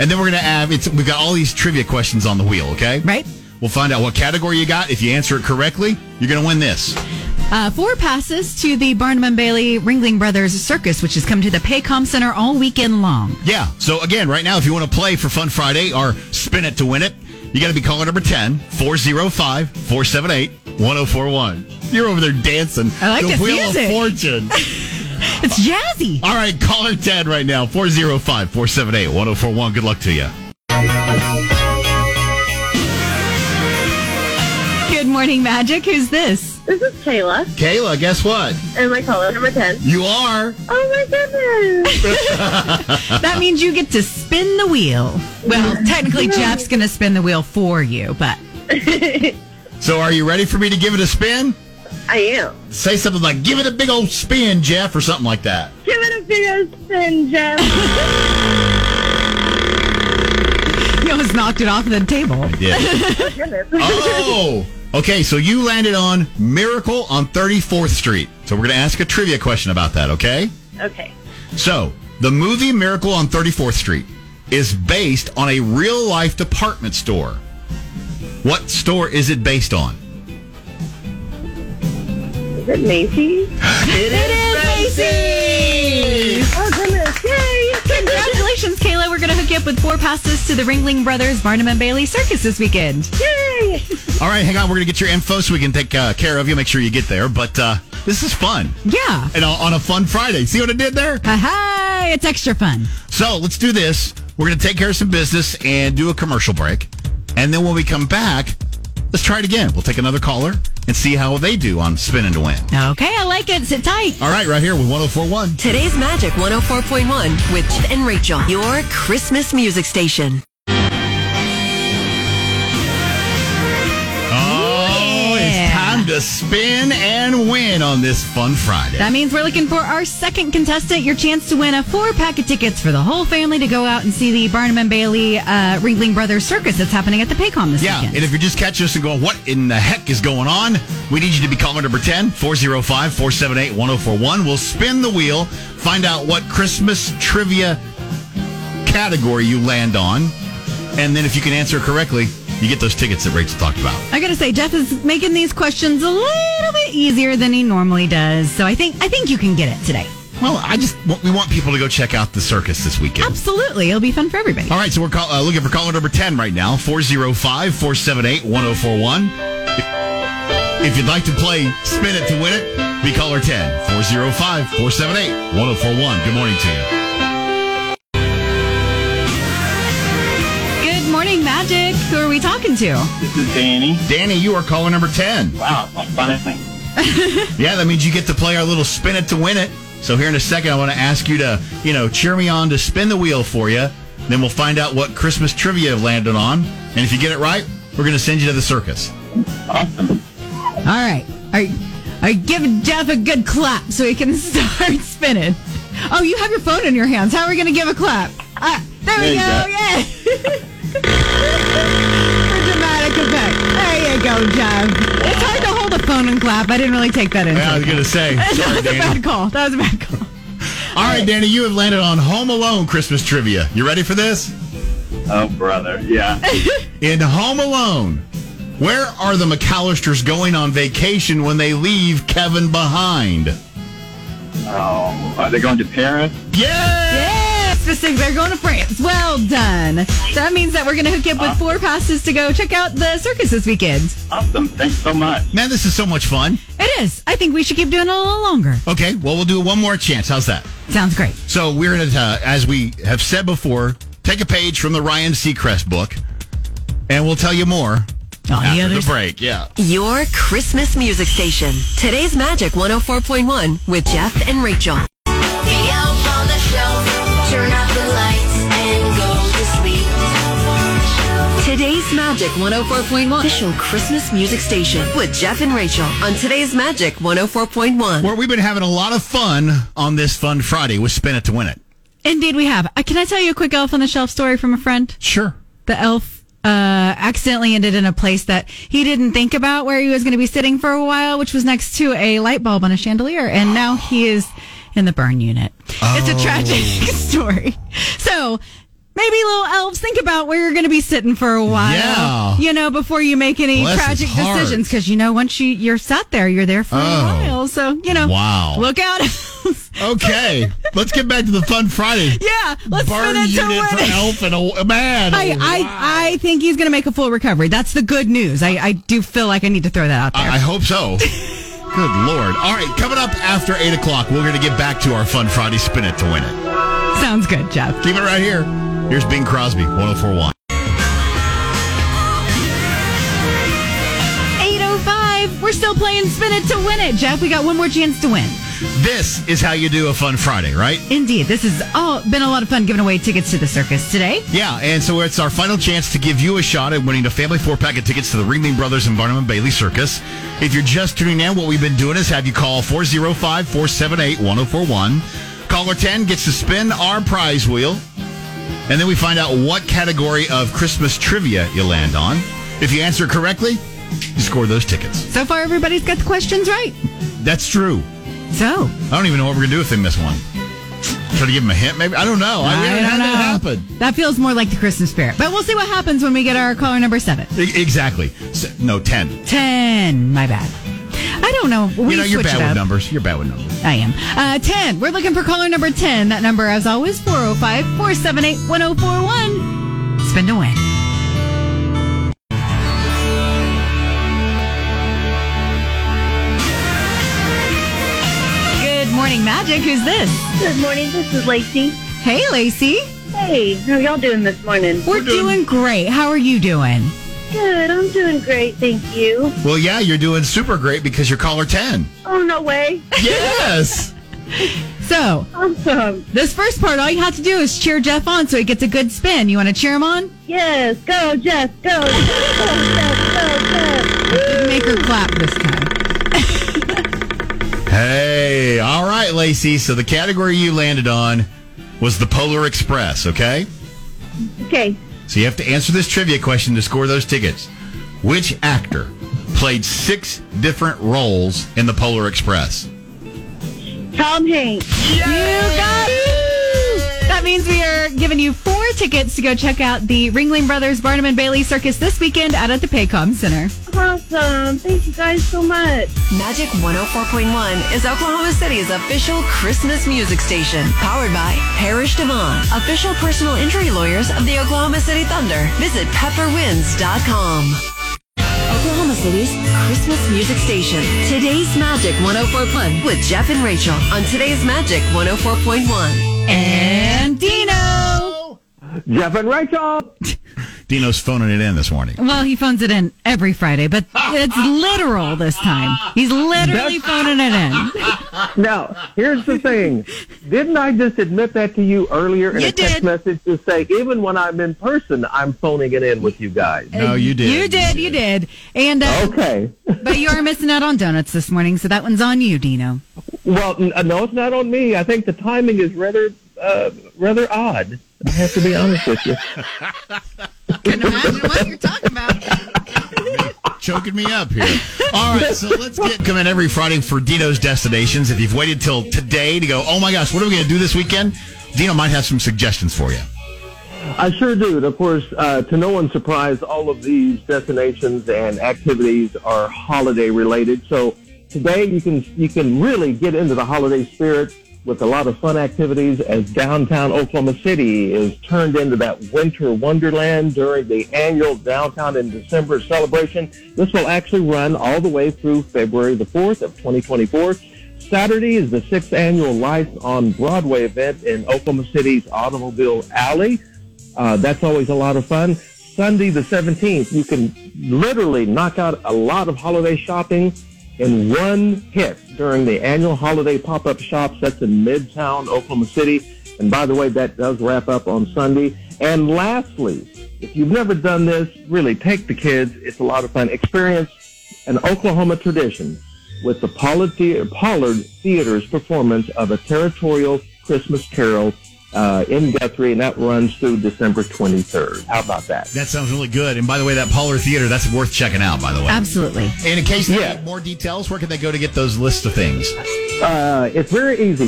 And then we're going to have, it's, we've got all these trivia questions on the wheel, okay?
Right.
We'll find out what category you got. If you answer it correctly, you're going to win this.
Uh, four passes to the Barnum and Bailey Ringling Brothers Circus, which has come to the Paycom Center all weekend long.
Yeah. So again, right now, if you want to play for Fun Friday or spin it to win it, you got to be caller number 10, 405 478 1041. You're over there dancing.
I like
the
this
Wheel
music.
of Fortune.
[LAUGHS] It's jazzy.
All right, caller 10 right now, 405 478 1041. Good luck to you.
Good morning, Magic. Who's this?
This is Kayla,
Kayla, guess what?
and my caller number 10.
You are.
Oh my goodness!
[LAUGHS]
That means you get to spin the wheel. Well, technically, Jeff's going to spin the wheel for you, but
So, are you ready for me to give it a spin?
I am.
Say something like, give it a big old spin, Jeff, or something like that.
Give it a big old spin, Jeff.
you almost knocked it off the table.
Yeah. oh! Okay, so you landed on Miracle on 34th Street. So, we're going to ask a trivia question about that, okay?
okay.
So, the movie Miracle on 34th Street is based on a real life department store. What store is it based on?
Is it Macy's?
It is Macy's!
Oh goodness! Yay!
Congratulations, Kayla. We're going to hook you up with four passes to the Ringling Brothers Barnum and Bailey Circus this weekend.
Yay!
All right, hang on. We're going to get your info so we can take uh, care of you, make sure you get there. But uh, this is fun.
Yeah.
And uh, on on a fun Friday. See what I did there?
Aha! It's extra fun.
So let's do this. We're going to take care of some business and do a commercial break. And then when we come back, let's try it again. We'll take another caller and see how they do on Spinning to Win.
Okay, I like it. Sit tight.
All right, right here with 1041.
Today's Magic 104.1 with Jeff and Rachel, your Christmas music station.
Oh, it's time to spin and win on this fun Friday.
That means we're looking for our second contestant. Your chance to win a four pack of tickets for the whole family to go out and see the Barnum and Bailey uh, Ringling Brothers Circus that's happening at the Paycom this
Yeah,
weekend.
and if you're just catching us and going, what in the heck is going on? We need you to be caller number 10, 405 478 1041. We'll spin the wheel, find out what Christmas trivia category you land on, and then if you can answer correctly, you get those tickets that Rachel talked about.
I gotta say, Jeff is making these questions a little bit easier than he normally does, so I think I think you can get it today.
Well, I just want, we want people to go check out the circus this weekend.
Absolutely. It'll be fun for everybody.
All right, so we're call, uh, looking for caller number 10 right now 405 478 1041. If you'd like to play Spin It to Win It, be caller 10 405 478 1041. Good morning to you.
Good morning, Magic. Who are we talking to?
This is Danny.
Danny, you are caller number 10.
Wow, finally.
yeah, that means you get to play our little Spin It to Win It. So here in a second, I want to ask you to, you know, cheer me on to spin the wheel for you. Then we'll find out what Christmas trivia have landed on. And if you get it right, we're going to send you to the circus.
All right. Are you, are you giving Jeff a good clap so he can [LAUGHS] start spinning? Oh, you have your phone in your hands. How are we going to give a clap? Ah, there,
There
we
you
go.
go.
Yeah. [LAUGHS] For dramatic effect. There you go, Jeff. It's hard to hold a phone and clap. I didn't really take that into.
Yeah, I was going to [LAUGHS] say.
[LAUGHS] that
Sorry,
was
Danny.
a bad call. That was a bad call.
All right, Danny, you have landed on Home Alone Christmas trivia. You ready for this?
Oh, brother.
[LAUGHS]
Yeah.
In Home Alone, where are the McAllisters going on vacation when they leave Kevin behind?
Oh, are they going to Paris?
Yeah, specific. They're going to France. Well done. That means that we're going to hook you
Uh.
up with four passes to go check out the circus this weekend.
Awesome. Thanks so much.
Man, this is so much fun.
It is. I think we should keep doing it a little longer.
Okay, well, we'll do one more chance. How's that?
Sounds great.
So we're going to, uh, as we have said before, take a page from the Ryan Seacrest book, and we'll tell you more after the break. Yeah.
Your Christmas music station. Today's Magic 104.1 with Jeff and Rachel.
[LAUGHS] The elf on the shelf, turn out the lights and go to sleep.
Today's Magic 104.1 official Christmas music station with Jeff and Rachel on today's Magic 104.1.
Where we've been having a lot of fun on this Fun Friday with Spin It to Win It.
Indeed, we have. Uh, Can I tell you a quick elf on the shelf story from a friend?
Sure.
The elf uh, accidentally ended in a place that he didn't think about where he was going to be sitting for a while, which was next to a light bulb on a chandelier. And now he is in the burn unit. It's a tragic
Oh.
[LAUGHS] story. So. Maybe little elves think about where you're going to be sitting for a while.
Yeah.
You know, before you make any
Bless
tragic
his heart.
decisions, because you know once you you're sat there, you're there for
Oh.
a while. So you know,
Wow.
look out. [LAUGHS]
Okay, let's get back to the Fun Friday.
[LAUGHS] yeah, let's
Burn
spin it to
unit
win
for
it.
Elf and a, a man. oh,
I, I, I think he's going to make a full recovery. That's the good news. I, I do feel like I need to throw that out there.
I, I hope so. Good lord. All right, coming up after 8 o'clock, we're going to get back to our Fun Friday Spin It to Win It.
Sounds good, Jeff.
Keep it right here. Here's Bing Crosby, 1041.
805. We're still playing Spin It to Win It, Jeff. We got one more chance to win.
This is how you do a Fun Friday, right?
Indeed. This has all been a lot of fun giving away tickets to the circus today.
Yeah, and so it's our final chance to give you a shot at winning a family four pack of tickets to the Ringling Brothers and Barnum and Bailey Circus. If you're just tuning in, what we've been doing is have you call 405 478 1041. Caller 10 gets to spin our prize wheel, and then we find out what category of Christmas trivia you land on. If you answer correctly, you score those tickets.
So far, everybody's got the questions right.
That's true.
So,
I don't even know what we're going to do if they miss one. Try to give them a hint, maybe? I don't know. I, haven't had that happen.
That feels more like the Christmas spirit. But we'll see what happens when we get our caller number seven.
E- Exactly. S- No, 10.
10. My bad. I don't know. We
you know, you're bad
switched it
with
up.
numbers. You're bad with numbers.
I am. Uh, 10. We're looking for caller number 10. That number, as always, 405 478 1041. Spin to win. Good morning, Magic. Who's this?
Good morning. This is Lacey.
Hey, Lacey.
Hey, how y'all doing this morning?
We're, doing great. How are you doing?
Good. I'm doing great. Thank you.
Well, yeah, you're doing super great because you're caller 10.
Oh, no way.
[LAUGHS] Yes.
So,
awesome.
This first part, all you have to do is cheer Jeff on so he gets a good spin. You want to cheer him on?
Yes. Go, Jeff. Go. Go, Jeff. Go, Jeff.
Didn't Make her clap this time.
hey, all right, Lacey. So the category you landed on was the Polar Express, okay?
Okay.
So you have to answer this trivia question to score those tickets. Which actor played six different roles in the Polar Express?
Tom Hanks.
You got it.
that means we are giving you four tickets to go check out the Ringling Brothers Barnum and Bailey Circus this weekend out at the Paycom Center.
Awesome. Thank you guys so much.
Magic 104.1 is Oklahoma City's official Christmas music station. Powered by Parish Devon, official personal injury lawyers of the Oklahoma City Thunder. Visit pepperwinds.com. Oklahoma City's Christmas music station.
Today's Magic 104.1 with Jeff and Rachel on Today's Magic 104.1.
And Dino.
Jeff and Rachel.
Dino's phoning it in this morning.
Well, he phones it in every
[LAUGHS]
Friday, but it's literal this time. He's literally phoning it in.
Now, here's the thing. Didn't I just admit that to you earlier in a text message to say, even when I'm in person, I'm phoning it in with you guys?
No, [LAUGHS] you did.
You did, you did. And uh,
Okay.
but you are missing out on donuts this morning, so that one's on you, Dino.
Well, n- uh, no, it's not on me. I think the timing is rather, uh, rather odd. I have to be honest with you.
Choking me up here. All right, so let's get come in every Friday for Dino's destinations. If you've waited till today to go, oh my gosh, what are we going to do this weekend? Dino might have some suggestions for you.
I sure do. And of course, uh, to no one's surprise, all of these destinations and activities are holiday related. So today you can you can really get into the holiday spirit with a lot of fun activities as downtown Oklahoma City is turned into that winter wonderland during the annual downtown in December celebration. This will actually run all the way through February the 4th of 2024. Saturday is the sixth annual Lights on Broadway event in Oklahoma City's Automobile Alley. Uh, that's always a lot of fun. Sunday the 17th, you can literally knock out a lot of holiday shopping in one hit during the annual holiday pop-up shops. That's in Midtown, Oklahoma City. And by the way, that does wrap up on Sunday. And lastly, if you've never done this, really take the kids. It's a lot of fun. Experience an Oklahoma tradition with the Pollard, the- Pollard Theater's performance of a territorial Christmas carol uh, in Guthrie, and that runs through December 23rd. How about that?
That sounds really good. And by the way, that Pollard Theater, that's worth checking out, by the way.
Absolutely.
And in case they need more details, where can they go to get those lists of things?
Uh, it's very easy.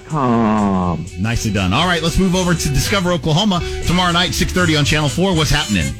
TravelOK.com.
Nicely done. All right, let's move over to Discover Oklahoma tomorrow night, 6.30 on Channel 4. What's happening?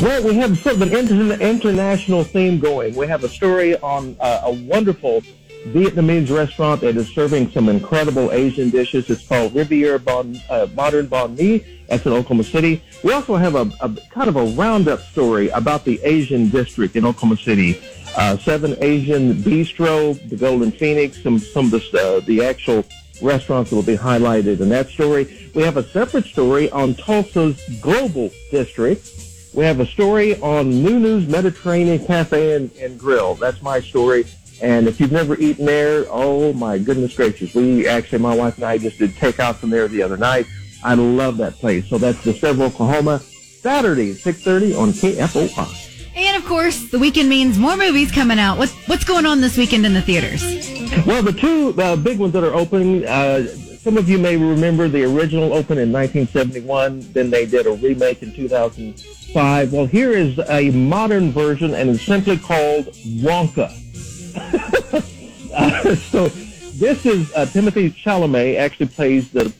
Well, we have sort of an inter- international theme going. We have a story on uh, a wonderful Vietnamese restaurant that is serving some incredible Asian dishes. It's called Riviera bon, uh, Modern Banh Mi. That's in Oklahoma City. We also have a, a kind of a roundup story about the Asian district in Oklahoma City. Uh, Seven Asian Bistro, the Golden Phoenix, some some of the uh, the actual restaurants that will be highlighted in that story. We have a separate story on Tulsa's Global District. We have a story on Nunu's Mediterranean Cafe and, and Grill. That's my story. And if you've never eaten there, oh my goodness gracious. We actually, my wife and I just did takeout from there the other night. I love that place. So that's Discover Oklahoma, Saturday, 6.30 on KFOI.
And of course, the weekend means more movies coming out. What's what's going on this weekend in the theaters?
Well, the two uh, big ones that are opening, uh, some of you may remember the original opened in 1971. Then they did a remake in 2005. Well, here is a modern version, and it's simply called Wonka. Uh, so this is uh, Timothy Chalamet actually plays the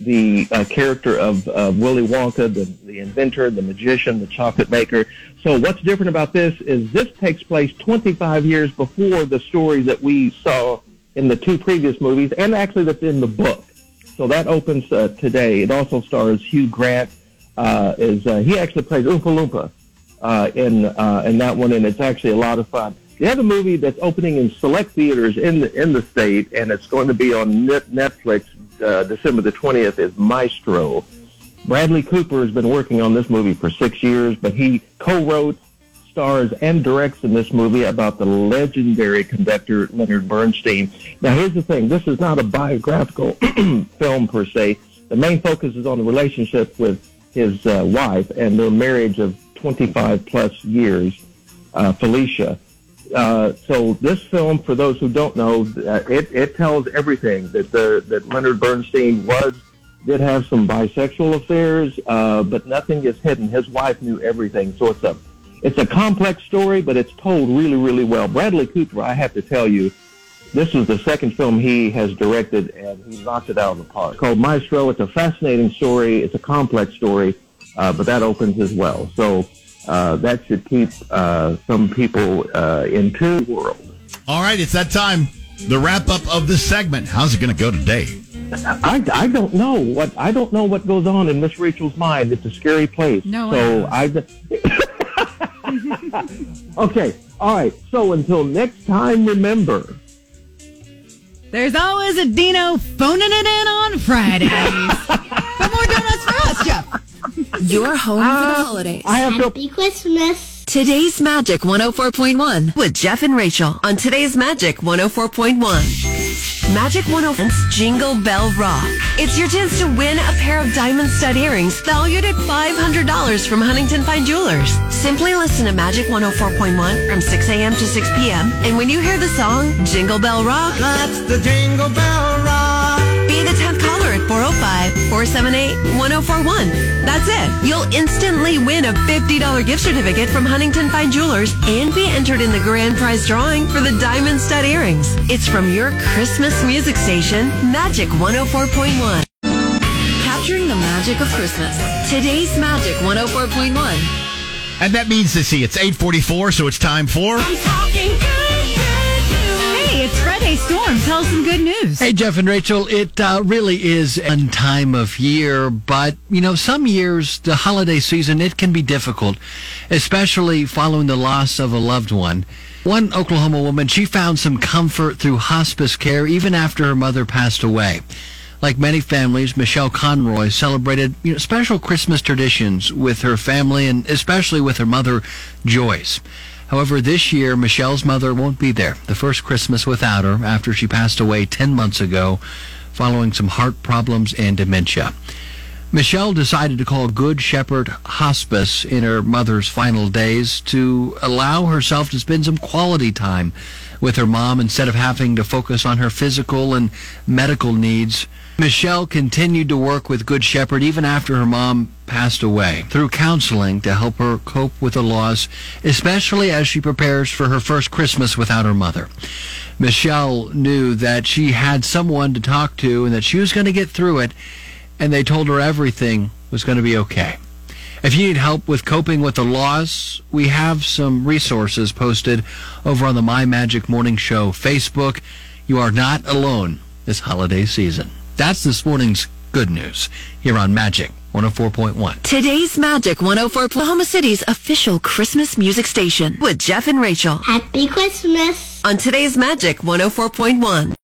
the uh, character of uh, Willy Wonka, the, the inventor, the magician, the chocolate maker. So what's different about this is this takes place 25 years before the story that we saw in the two previous movies, and actually that's in the book. So that opens uh, today. It also stars Hugh Grant. Uh, is uh, he actually plays Oompa Loompa uh, in uh, in that one, and it's actually a lot of fun. The other movie that's opening in select theaters in the in the state, and it's going to be on Net- Netflix uh, December the twentieth, is Maestro. Bradley Cooper has been working on this movie for six years, but he co-wrote, stars, and directs in this movie about the legendary conductor Leonard Bernstein. Now, here's the thing: this is not a biographical film per se. The main focus is on the relationship with his uh, wife and their marriage of 25 plus years, uh, Felicia. Uh, so this film, for those who don't know, uh, it, it tells everything that the that Leonard Bernstein was did have some bisexual affairs, uh, but nothing is hidden. His wife knew everything, so it's a it's a complex story, but it's told really really well. Bradley Cooper, I have to tell you, This is the second film he has directed, and he knocked it out of the park. It's called Maestro. It's a fascinating story. It's a complex story, uh, but that opens as well. So uh, that should keep uh, some people uh, in tune world.
All right, it's that time. The wrap up of this segment. How's it going to go today?
I, I don't know what I don't know what goes on in Miss Rachel's mind. It's a scary place.
No,
so I. [LAUGHS] okay, all right. So until next time, remember.
There's always a Dino phoning it in on Fridays. but more donuts for us, Jeff.
Your home for the holidays.
I have
Happy Christmas. Today's Magic 104.1 with Jeff and Rachel on Today's Magic 104.1. Magic 104's Jingle Bell Rock. It's your chance to win a pair of diamond stud earrings valued at $500 from Huntington Fine Jewelers. Simply listen to Magic 104.1 from 6 a.m. to 6 p.m. And when you hear the song Jingle Bell Rock, that's the Jingle Bell Rock. Be the 10th caller at 405-478-1041. That's it. You'll instantly win a $50 gift certificate from Huntington Fine Jewelers and be entered in the grand prize drawing for the Diamond Stud Earrings. It's from your Christmas music station, Magic 104.1. Capturing the magic of Christmas. Today's Magic 104.1.
And that means to see it's 844, so it's time for.
Hey, it's Friday Storm. Tell us some good news.
Hey, Jeff and Rachel, it uh, really is a time of year, but you know, some years the holiday season it can be difficult, especially following the loss of a loved one. One Oklahoma woman, she found some comfort through hospice care even after her mother passed away. Like many families, Michelle Conroy celebrated you know, special Christmas traditions with her family and especially with her mother, Joyce. However, this year, Michelle's mother won't be there. The first Christmas without her after she passed away 10 months ago following some heart problems and dementia. Michelle decided to call Good Shepherd Hospice in her mother's final days to allow herself to spend some quality time with her mom instead of having to focus on her physical and medical needs. Michelle continued to work with Good Shepherd even after her mom passed away through counseling to help her cope with the loss, especially as she prepares for her first Christmas without her mother. Michelle knew that she had someone to talk to and that she was going to get through it, and they told her everything was going to be okay. If you need help with coping with the loss, we have some resources posted over on the My Magic Morning Show Facebook. You are not alone this holiday season. That's this morning's good news here on Magic 104.1.
Today's Magic 104 Oklahoma City's official Christmas music oh station with Jeff and Rachel. Happy Christmas on today's Magic 104.1.